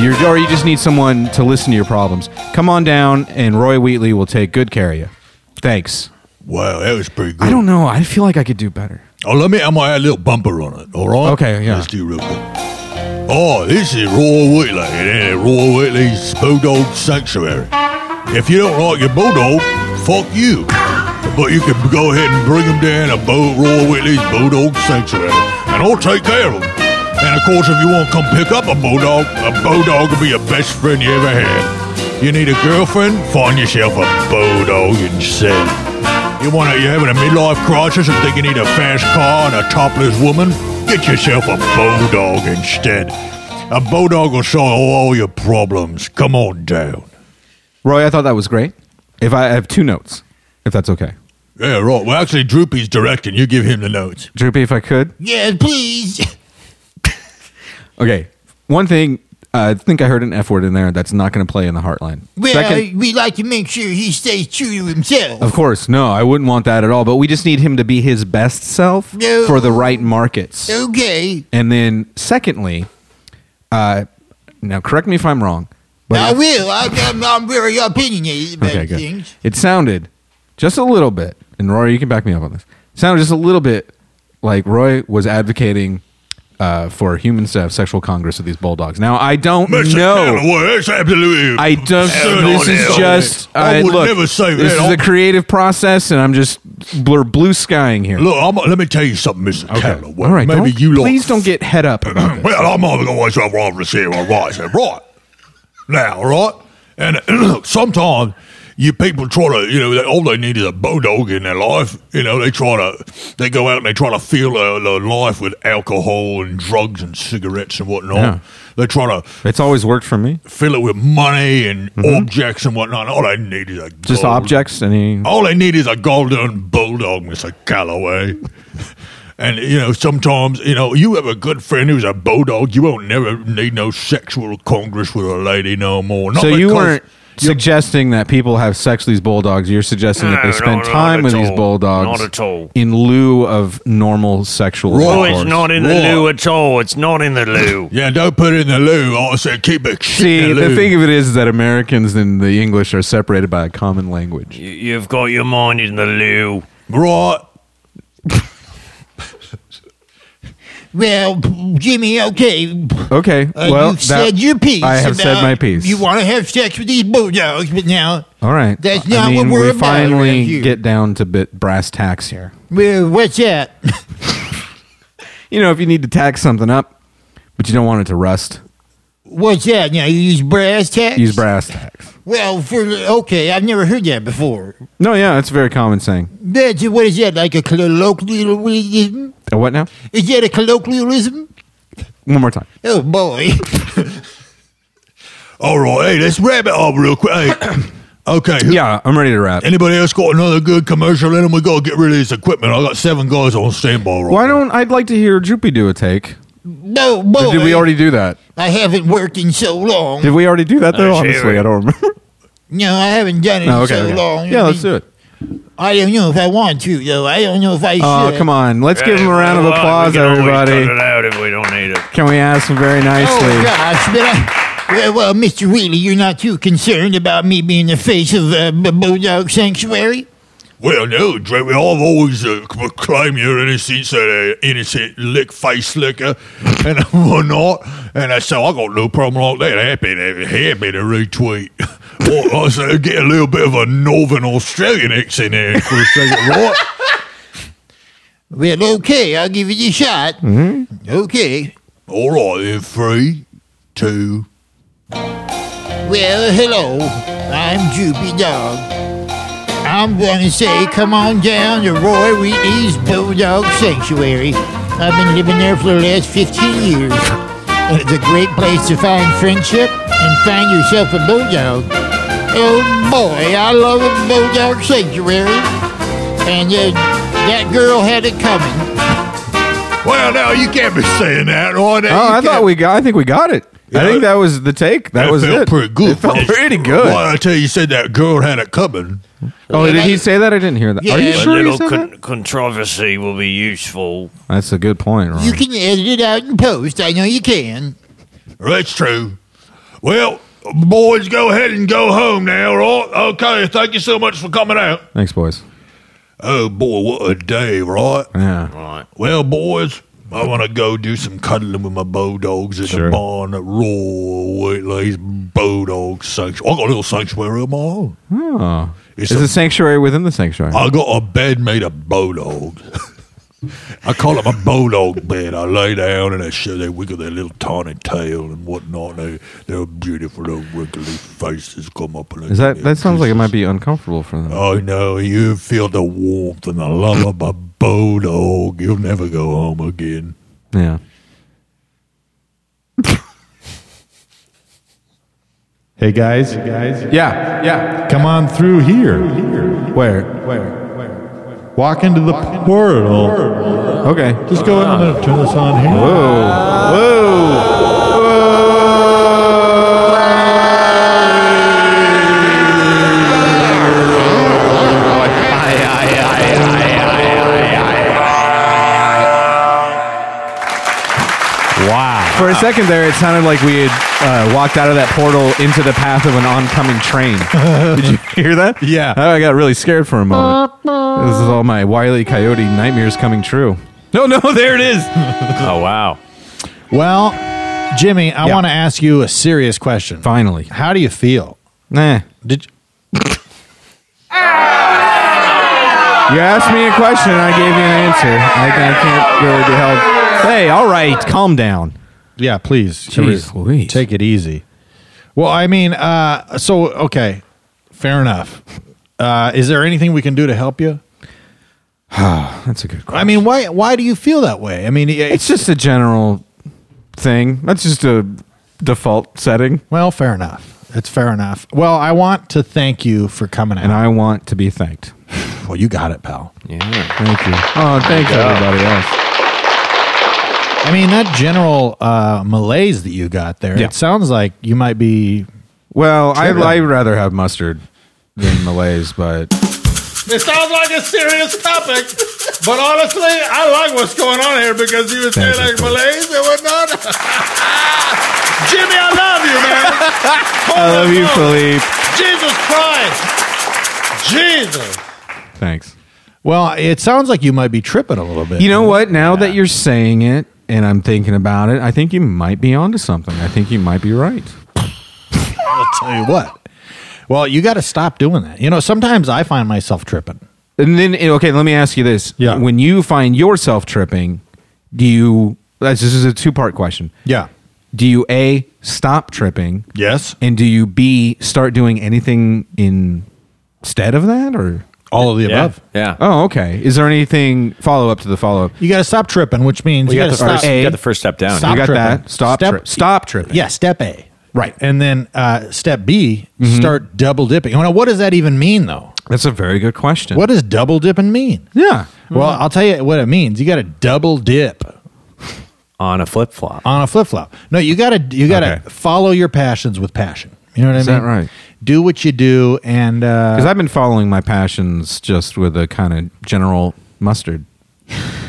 [SPEAKER 2] you're, or you just need someone to listen to your problems, come on down and Roy Wheatley will take good care of you. Thanks.
[SPEAKER 7] Wow, that was pretty good.
[SPEAKER 2] I don't know. I feel like I could do better.
[SPEAKER 7] Oh, let me. I'm gonna add a little bumper on it. All right.
[SPEAKER 2] Okay, yeah.
[SPEAKER 7] Let's do real quick. Oh, this is Roy Whitley, and then Roy Whitley's Bulldog Sanctuary. If you don't like your bulldog, fuck you. But you can go ahead and bring him down to Bo- Roy Whitley's Bulldog Sanctuary, and I'll take care of him. And of course, if you want to come pick up a bulldog, a bulldog will be your best friend you ever had. You need a girlfriend? Find yourself a bulldog instead. You want to, you're having a midlife crisis and think you need a fast car and a topless woman? Get yourself a bulldog instead. A bulldog will solve all your problems. Come on down.
[SPEAKER 2] Roy, I thought that was great. If I I have two notes, if that's okay.
[SPEAKER 7] Yeah, right. Well, actually, Droopy's directing. You give him the notes.
[SPEAKER 2] Droopy, if I could.
[SPEAKER 11] Yes, please.
[SPEAKER 2] Okay. One thing, uh, I think I heard an F word in there that's not going to play in the heartline.
[SPEAKER 11] Well,
[SPEAKER 2] Second,
[SPEAKER 11] we like to make sure he stays true to himself.
[SPEAKER 2] of course, no, I wouldn't want that at all, but we just need him to be his best self
[SPEAKER 11] No.
[SPEAKER 2] for the right markets.
[SPEAKER 11] Okay.
[SPEAKER 2] And then, secondly, uh, now correct me if I'm wrong, but
[SPEAKER 11] I will. I, I'm, I'm very opinionated about
[SPEAKER 2] okay, good.
[SPEAKER 11] things.
[SPEAKER 2] It sounded just a little bit, and Rory, you can back me up on this. Sounded just a little bit like Roy was advocating uh, for humans to have sexual congress with these bulldogs. Now I don't
[SPEAKER 7] That's a can of
[SPEAKER 2] know.
[SPEAKER 7] worms, absolutely.
[SPEAKER 2] I don't.
[SPEAKER 7] Hell
[SPEAKER 2] This
[SPEAKER 7] no,
[SPEAKER 2] is
[SPEAKER 7] hell
[SPEAKER 2] just.
[SPEAKER 7] no. I
[SPEAKER 2] I-
[SPEAKER 7] would
[SPEAKER 2] look,
[SPEAKER 7] never say
[SPEAKER 2] this
[SPEAKER 7] that.
[SPEAKER 2] is
[SPEAKER 7] I'm-
[SPEAKER 2] a creative process, and I'm just blur blue skying here.
[SPEAKER 7] Look, I'm, let me tell you something, Mr. Taylor. Well,
[SPEAKER 2] All right,
[SPEAKER 7] maybe
[SPEAKER 2] don't-
[SPEAKER 7] you lot-
[SPEAKER 2] please don't get head up. about this.
[SPEAKER 7] Well, I'm always going to rival see my right. said, right. Now, right? And look, sometimes you people try to, you know, they, all they need is a bulldog in their life. You know, they try to, they go out and they try to fill their, their life with alcohol and drugs and cigarettes and whatnot.
[SPEAKER 2] Yeah.
[SPEAKER 7] They try to
[SPEAKER 2] It's always worked for me.
[SPEAKER 7] fill it with money and objects and whatnot. All they need is a
[SPEAKER 2] Mm-hmm. Just
[SPEAKER 7] gold-
[SPEAKER 2] objects. Any?
[SPEAKER 7] all they need is a golden bulldog, Mr. Calloway. And you know, sometimes you know, you have a good friend who's a bulldog. You won't never need no sexual congress with a lady no more. Not
[SPEAKER 2] so you
[SPEAKER 7] because-
[SPEAKER 2] weren't suggesting that people have sex with these bulldogs. You're suggesting
[SPEAKER 10] No,
[SPEAKER 2] that they
[SPEAKER 10] no,
[SPEAKER 2] spend
[SPEAKER 10] not
[SPEAKER 2] time
[SPEAKER 10] at
[SPEAKER 2] with these
[SPEAKER 10] all. Not
[SPEAKER 2] bulldogs
[SPEAKER 10] at all.
[SPEAKER 2] in lieu of normal sexual.
[SPEAKER 10] Oh,
[SPEAKER 2] intercourse.
[SPEAKER 10] it's not in the
[SPEAKER 7] Roar.
[SPEAKER 10] loo at all. It's not in the loo.
[SPEAKER 7] Yeah, don't put it in the loo. I said keep it. shit
[SPEAKER 2] See,
[SPEAKER 7] in the,
[SPEAKER 2] the
[SPEAKER 7] loo.
[SPEAKER 2] thing of it is that Americans and the English are separated by a common language.
[SPEAKER 10] You- You've got your mind in the loo.
[SPEAKER 7] right.
[SPEAKER 11] Well, Jimmy, okay.
[SPEAKER 2] Okay,
[SPEAKER 11] Uh,
[SPEAKER 2] well,
[SPEAKER 11] you've said
[SPEAKER 2] that-
[SPEAKER 11] your piece.
[SPEAKER 2] I have said
[SPEAKER 11] about
[SPEAKER 2] my piece.
[SPEAKER 11] You want to have sex with these bulldogs, but now,
[SPEAKER 2] All right,
[SPEAKER 11] That's
[SPEAKER 2] I
[SPEAKER 11] not what
[SPEAKER 2] mean,
[SPEAKER 11] we're
[SPEAKER 2] we
[SPEAKER 11] about around
[SPEAKER 2] finally
[SPEAKER 11] here.
[SPEAKER 2] get down to bit brass tacks here.
[SPEAKER 11] well, what's that?
[SPEAKER 2] You know, if you need to tack something up, but you don't want it to rust,
[SPEAKER 11] What's that? Now you use brass tacks.
[SPEAKER 2] use brass tacks.
[SPEAKER 11] Well, for okay, I've never heard that before.
[SPEAKER 2] No, yeah, that's a very common saying.
[SPEAKER 11] That's what is that? Like a colloquialism?
[SPEAKER 2] A Uh, what now?
[SPEAKER 11] Is that a colloquialism?
[SPEAKER 2] One more time.
[SPEAKER 11] Oh boy.
[SPEAKER 7] All right, hey, let's wrap it up real quick. Hey, okay. who-
[SPEAKER 2] Yeah, I'm ready to wrap.
[SPEAKER 7] Anybody else got another good commercial in them? We gotta get rid of this equipment. I got seven guys on standby. Right
[SPEAKER 2] Why
[SPEAKER 7] now.
[SPEAKER 2] don't I'd like to hear Droopy do a take?
[SPEAKER 11] No
[SPEAKER 2] Or
[SPEAKER 11] boy.
[SPEAKER 2] did we already do that?
[SPEAKER 11] I haven't worked in so long.
[SPEAKER 2] Did we already do that though?
[SPEAKER 10] Uh,
[SPEAKER 2] Honestly,
[SPEAKER 10] sure.
[SPEAKER 2] I don't remember.
[SPEAKER 11] No, I haven't done it
[SPEAKER 2] No,
[SPEAKER 11] in
[SPEAKER 2] okay,
[SPEAKER 11] so
[SPEAKER 2] okay.
[SPEAKER 11] long.
[SPEAKER 2] Yeah, let's do it.
[SPEAKER 11] I don't know if I want to though. I don't know if I should.
[SPEAKER 2] Oh, come on. Let's give him a round of
[SPEAKER 10] Well, we
[SPEAKER 2] applause,
[SPEAKER 10] can always
[SPEAKER 2] everybody.
[SPEAKER 10] Cut it out if we don't need it.
[SPEAKER 2] Can we ask him very
[SPEAKER 11] Oh
[SPEAKER 2] nicely?
[SPEAKER 11] gosh, but I, well, well, Mr. Wheelie, you're not too concerned about me being the face of uh, B- Bulldog Sanctuary.
[SPEAKER 7] Well, no, Drake, I've always uh, proclaimed your innocence, uh, innocent lick face licker, and whatnot. And I so I got no problem like that. Happy to, happy to retweet. Or I say, get a little bit of a Northern Australian accent there for a second, right?
[SPEAKER 11] Well, okay, I'll give it a shot.
[SPEAKER 2] Mm-hmm.
[SPEAKER 11] Okay.
[SPEAKER 7] All right, in three, two.
[SPEAKER 11] Well, hello. I'm Droopy Dog. I'm going to say, come on down to Roy Wheatley's Bulldog Sanctuary. I've been living there for the last 15 years. And it's a great place to find friendship and find yourself a bulldog. Oh boy, I love a bulldog sanctuary. And uh, that girl had it coming.
[SPEAKER 7] Well, now you can't be saying that, right? Now,
[SPEAKER 2] Oh,
[SPEAKER 7] you
[SPEAKER 2] I thought
[SPEAKER 7] can't-
[SPEAKER 2] we got. I think we got it. I
[SPEAKER 7] Yeah.
[SPEAKER 2] think that was the take. That was
[SPEAKER 7] felt
[SPEAKER 2] it.
[SPEAKER 7] pretty good.
[SPEAKER 2] It felt
[SPEAKER 7] Yes.
[SPEAKER 2] pretty good.
[SPEAKER 7] Well, I tell you, you said that girl had it coming.
[SPEAKER 2] Oh, did he say that? I didn't hear that. Are you
[SPEAKER 11] Yeah.
[SPEAKER 10] A
[SPEAKER 2] sure he
[SPEAKER 10] little
[SPEAKER 2] said that?
[SPEAKER 10] con- controversy will be useful.
[SPEAKER 2] That's a good point. Ron.
[SPEAKER 11] You can edit it out in post. I know you can.
[SPEAKER 7] That's true. Well, boys, go ahead and go home now, right? Okay, thank you so much for coming out.
[SPEAKER 2] Thanks, boys.
[SPEAKER 7] Oh, boy, what a day, right?
[SPEAKER 2] Yeah.
[SPEAKER 7] Oh.
[SPEAKER 10] Right.
[SPEAKER 7] Well, boys, I want to go do some cuddling with my bulldogs at
[SPEAKER 2] Sure.
[SPEAKER 7] the barn at Raw Wheatley's Bulldog Sanctuary. I got a little sanctuary of my own.
[SPEAKER 2] Oh.
[SPEAKER 7] It's
[SPEAKER 2] Is
[SPEAKER 7] a-
[SPEAKER 2] a sanctuary within the sanctuary?
[SPEAKER 7] I got a bed made of bulldogs. I call it my bulldog bed. I lay down and they show they wiggle their little tiny tail and whatnot. They their beautiful little wiggly faces come up and they
[SPEAKER 2] Is that
[SPEAKER 7] give me
[SPEAKER 2] that sounds like it
[SPEAKER 7] kisses.
[SPEAKER 2] might be uncomfortable for them?
[SPEAKER 7] I know you feel the warmth and the love of a bulldog. You'll never go home again.
[SPEAKER 2] Yeah.
[SPEAKER 1] Hey guys, hey guys,
[SPEAKER 2] Yeah. Yeah.
[SPEAKER 1] come on through here.
[SPEAKER 2] Where?
[SPEAKER 1] Walk into the portal.
[SPEAKER 2] Okay.
[SPEAKER 1] Just go in and turn this on here.
[SPEAKER 2] For a second there, it sounded like we had uh, walked out of that portal into the path of an oncoming train. Did you hear that? Oh,
[SPEAKER 1] Yeah.
[SPEAKER 2] I got really scared for a moment. This is all my wily coyote nightmares coming true. No, no, there it is.
[SPEAKER 5] Oh wow.
[SPEAKER 1] Well, Jimmy, I
[SPEAKER 2] Yeah.
[SPEAKER 1] want to ask you a serious question.
[SPEAKER 2] Finally.
[SPEAKER 1] How do you feel?
[SPEAKER 2] Nah.
[SPEAKER 1] Did
[SPEAKER 2] You asked me a question, and I gave you an answer. I, I can't really be held. Hey, all right, calm down.
[SPEAKER 1] yeah, please,
[SPEAKER 2] Jeez
[SPEAKER 1] Teresa,
[SPEAKER 2] Louise.
[SPEAKER 1] take it easy. Well, I mean, uh, so okay, fair enough. Uh, is there anything we can do to help you?
[SPEAKER 2] That's a good question.
[SPEAKER 1] I mean, why why do you feel that way? I mean,
[SPEAKER 2] it's
[SPEAKER 1] it's
[SPEAKER 2] just a general thing. That's just a default setting,
[SPEAKER 1] well, fair enough. It's fair enough. Well, I want to thank you for coming out.
[SPEAKER 2] and I want to be thanked.
[SPEAKER 1] well, you got it, pal.
[SPEAKER 2] Thank you. Oh, thanks everybody else.
[SPEAKER 1] I mean, that general uh, malaise that you got there.
[SPEAKER 2] Yeah.
[SPEAKER 1] It sounds like you might be
[SPEAKER 2] Well, I, I'd rather have mustard than Malays, but
[SPEAKER 12] It sounds like a serious topic, but honestly, I like what's going on here because you were saying
[SPEAKER 2] Thank
[SPEAKER 12] like
[SPEAKER 2] you.
[SPEAKER 12] Malays and whatnot. Jimmy, I love you, man.
[SPEAKER 2] I love you,
[SPEAKER 12] Oh,
[SPEAKER 2] Philippe.
[SPEAKER 12] Jesus Christ. Jesus.
[SPEAKER 2] Thanks.
[SPEAKER 1] Well, it sounds like you might be tripping a little bit.
[SPEAKER 2] You know what? Now that you're saying it and I'm thinking about it, I think you might be onto something. I think you might be right.
[SPEAKER 1] I'll tell you what. Well, you got to stop doing that. You know, sometimes I find myself tripping.
[SPEAKER 2] And then, eh, okay, let me ask you this.
[SPEAKER 1] Yeah.
[SPEAKER 2] When you find yourself tripping, do you, that's- this is a two part question.
[SPEAKER 1] Yeah.
[SPEAKER 2] Do you A, stop tripping?
[SPEAKER 1] Yes.
[SPEAKER 2] And do you B, start doing anything instead of that? Or,
[SPEAKER 1] All of the above.
[SPEAKER 5] Yeah.
[SPEAKER 2] oh, okay. Is there anything follow up to the follow up?
[SPEAKER 1] You got to stop tripping, which means
[SPEAKER 5] We
[SPEAKER 1] you,
[SPEAKER 5] got the
[SPEAKER 1] got to stop.
[SPEAKER 5] first.
[SPEAKER 2] A.
[SPEAKER 5] You got the first step down.
[SPEAKER 1] Stop
[SPEAKER 2] You got
[SPEAKER 1] tripping.
[SPEAKER 2] that? Stop,
[SPEAKER 1] Step-
[SPEAKER 2] tri- stop tripping.
[SPEAKER 1] Yeah, step A.
[SPEAKER 2] Right.
[SPEAKER 1] And then uh, step B, start double dipping. Now, what does that even mean, though?
[SPEAKER 2] That's a very good question.
[SPEAKER 1] What does double dipping mean?
[SPEAKER 2] Yeah.
[SPEAKER 1] Well, I'll tell you what it means. You got to double dip
[SPEAKER 5] on a flip flop.
[SPEAKER 1] on a flip flop. No, you got to you got to
[SPEAKER 2] Okay.
[SPEAKER 1] follow your passions with passion. You know what
[SPEAKER 2] Is
[SPEAKER 1] I
[SPEAKER 2] that
[SPEAKER 1] mean?
[SPEAKER 2] right?
[SPEAKER 1] Do what you do, and uh,
[SPEAKER 2] Because I've been following my passions just with a kind of general mustard.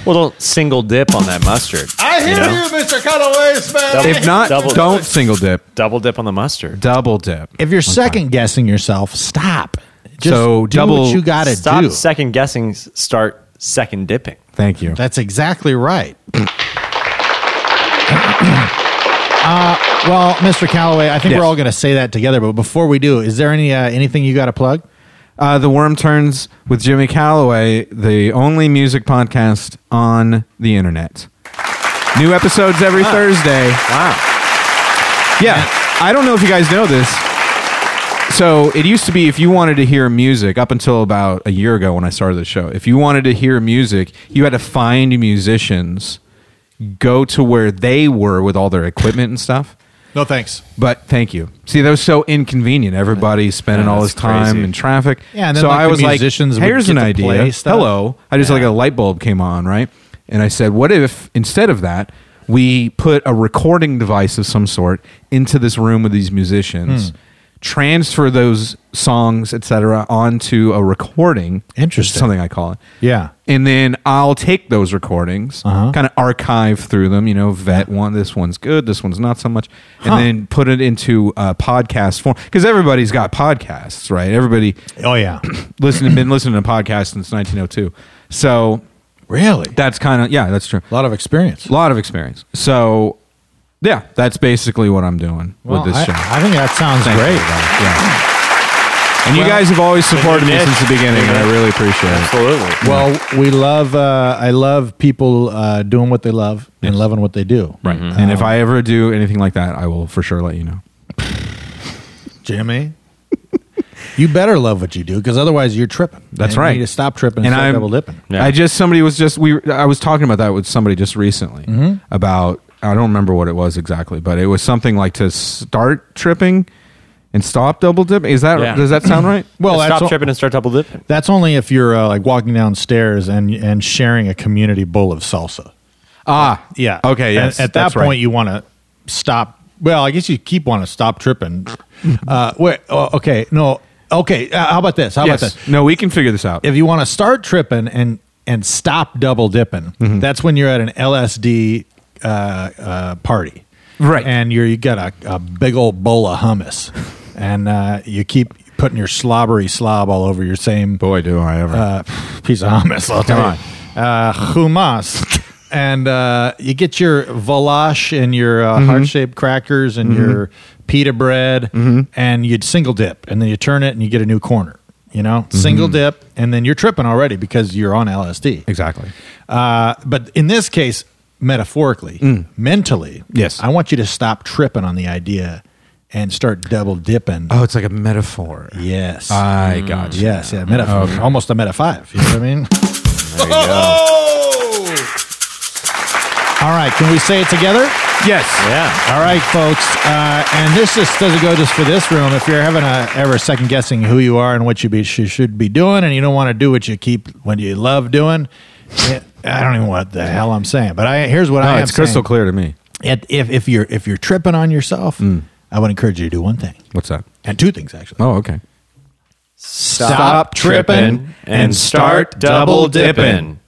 [SPEAKER 5] Well, don't single dip on that mustard.
[SPEAKER 12] I hear you,
[SPEAKER 5] know?
[SPEAKER 12] Mr. Cutaways, man.
[SPEAKER 5] Double-
[SPEAKER 2] If not,
[SPEAKER 5] double-
[SPEAKER 2] don't single dip.
[SPEAKER 5] Double dip on the mustard.
[SPEAKER 2] Double dip.
[SPEAKER 1] if you're second guessing yourself, stop. Just
[SPEAKER 2] So
[SPEAKER 1] do
[SPEAKER 2] double-
[SPEAKER 1] what you got to
[SPEAKER 5] Stop
[SPEAKER 1] do.
[SPEAKER 5] second guessing. s- Start second dipping.
[SPEAKER 2] Thank you.
[SPEAKER 1] That's exactly right. uh, Uh, well, Mr. Calloway, I think
[SPEAKER 2] Yes.
[SPEAKER 1] we're all going to say that together. But before we do, is there any uh, anything you got to plug?
[SPEAKER 2] Uh, the Worm Turns with Jimmy Calloway, the only music podcast on the internet. New episodes every Thursday.
[SPEAKER 5] Wow.
[SPEAKER 2] Yeah. I don't know if you guys know this. So it used to be if you wanted to hear music up until about a year ago when I started the show, if you wanted to hear music, you had to find musicians, go to where they were with all their equipment and stuff.
[SPEAKER 1] No, thanks.
[SPEAKER 2] But thank you. See, that was so inconvenient. Everybody's spending all his
[SPEAKER 5] that's
[SPEAKER 2] time
[SPEAKER 5] crazy.
[SPEAKER 2] in traffic.
[SPEAKER 1] Yeah, and then,
[SPEAKER 2] so
[SPEAKER 1] like,
[SPEAKER 2] I
[SPEAKER 1] the
[SPEAKER 2] was like,
[SPEAKER 1] musicians would
[SPEAKER 2] "Here's an
[SPEAKER 1] get to
[SPEAKER 2] idea."
[SPEAKER 1] play stuff.
[SPEAKER 2] Hello, I just like a light bulb came on, right? And I said, "What if instead of that, we put a recording device of some sort into this room with these musicians,
[SPEAKER 1] Hmm.
[SPEAKER 2] transfer those songs, etc., onto a recording?
[SPEAKER 1] Interesting.
[SPEAKER 2] something I call it.
[SPEAKER 1] Yeah.
[SPEAKER 2] And then I'll take those recordings,
[SPEAKER 1] Uh-huh.
[SPEAKER 2] kind of archive through them, you know, vet one, this one's good, this one's not so much, and then put it into uh, podcast form. Because everybody's got podcasts, right? Everybody
[SPEAKER 1] Oh yeah,
[SPEAKER 2] listening, been listening to podcasts since 1902. So
[SPEAKER 1] really?
[SPEAKER 2] that's kind of, yeah, that's true.
[SPEAKER 1] A lot of experience.
[SPEAKER 2] A lot of experience. So, yeah, that's basically what I'm doing
[SPEAKER 1] Well,
[SPEAKER 2] with this
[SPEAKER 1] I,
[SPEAKER 2] show.
[SPEAKER 1] I think that sounds
[SPEAKER 2] Thank you,
[SPEAKER 1] great.
[SPEAKER 2] guys. Yeah. And you guys have always supported me since the beginning, and I really appreciate it.
[SPEAKER 5] Absolutely.
[SPEAKER 1] Well, we love. Uh, I love people uh, doing what they love and loving what they do. Mm-hmm.
[SPEAKER 2] Right. And if I ever do anything like that, I will for sure let you know.
[SPEAKER 1] Jimmy. you better love what you do because otherwise you're tripping.
[SPEAKER 2] That's
[SPEAKER 1] And You
[SPEAKER 2] right.
[SPEAKER 1] need to stop tripping and,
[SPEAKER 2] And
[SPEAKER 1] start
[SPEAKER 2] I'm-
[SPEAKER 1] double dipping.
[SPEAKER 5] Yeah.
[SPEAKER 2] I just somebody was just we I was talking about that with somebody just recently
[SPEAKER 1] Mm-hmm.
[SPEAKER 2] about I don't remember what it was exactly, but it was something like to start tripping and stop double dipping. Is that
[SPEAKER 5] Yeah.
[SPEAKER 2] does that sound right?
[SPEAKER 1] Well, Oh, that's,
[SPEAKER 5] stop
[SPEAKER 1] o-
[SPEAKER 5] tripping and start double dipping.
[SPEAKER 1] that's only if you're uh, like walking downstairs and and sharing a community bowl of salsa.
[SPEAKER 2] ah,
[SPEAKER 1] Yeah.
[SPEAKER 2] Okay,
[SPEAKER 1] And
[SPEAKER 2] yes.
[SPEAKER 1] at that
[SPEAKER 2] that's
[SPEAKER 1] point,
[SPEAKER 2] right.
[SPEAKER 1] you want to stop. Well, I guess you keep want to stop tripping. Uh, wait. Oh, okay. No. Okay. Uh, how about this? How
[SPEAKER 2] yes.
[SPEAKER 1] about this?
[SPEAKER 2] No, we can figure this out.
[SPEAKER 1] If you want to start tripping and and stop double dipping,
[SPEAKER 2] Mm-hmm.
[SPEAKER 1] that's when you're at an LSD uh, uh, party,
[SPEAKER 2] Right.
[SPEAKER 1] And you're you got a, a big old bowl of hummus, and uh, you keep putting your slobbery slob all over your same
[SPEAKER 2] Boy, do I ever.
[SPEAKER 1] uh, piece of hummus. I'll tell
[SPEAKER 2] Come
[SPEAKER 1] you. Uh, hummus. and uh, you get your valash and your
[SPEAKER 2] Mm-hmm.
[SPEAKER 1] uh, heart shaped crackers and your pita bread,
[SPEAKER 2] Mm-hmm.
[SPEAKER 1] and you'd single dip, and then you turn it and you get a new corner. You know,
[SPEAKER 2] Mm-hmm.
[SPEAKER 1] single dip, and then you're tripping already because you're on LSD.
[SPEAKER 2] Exactly.
[SPEAKER 1] Uh, but in this case, metaphorically,
[SPEAKER 2] Mm.
[SPEAKER 1] mentally,
[SPEAKER 2] Yes.
[SPEAKER 1] I want you to stop tripping on the idea and start double dipping.
[SPEAKER 2] Oh, it's like a metaphor.
[SPEAKER 1] Yes.
[SPEAKER 5] Mm.
[SPEAKER 2] I got you.
[SPEAKER 1] yes. Yeah. Meta. Uh, Almost a meta five. You know what I mean? Oh! All right. Can we say it together?
[SPEAKER 2] Yes.
[SPEAKER 1] All right, folks. Uh, and this just doesn't go just for this room. If you're having a ever second guessing who you are and what you be sh- should be doing, and you don't want to do what you keep when you love doing, eh, I don't even know what the hell I'm saying. But I here's what
[SPEAKER 2] No,
[SPEAKER 1] I am
[SPEAKER 2] Oh, it's crystal
[SPEAKER 1] saying.
[SPEAKER 2] clear to me.
[SPEAKER 1] It- if if you're if you're tripping on yourself, I would encourage you to do one thing
[SPEAKER 2] What's that?
[SPEAKER 1] and two things actually.
[SPEAKER 2] Oh, okay.
[SPEAKER 1] Stop,
[SPEAKER 5] tripping and start double dipping.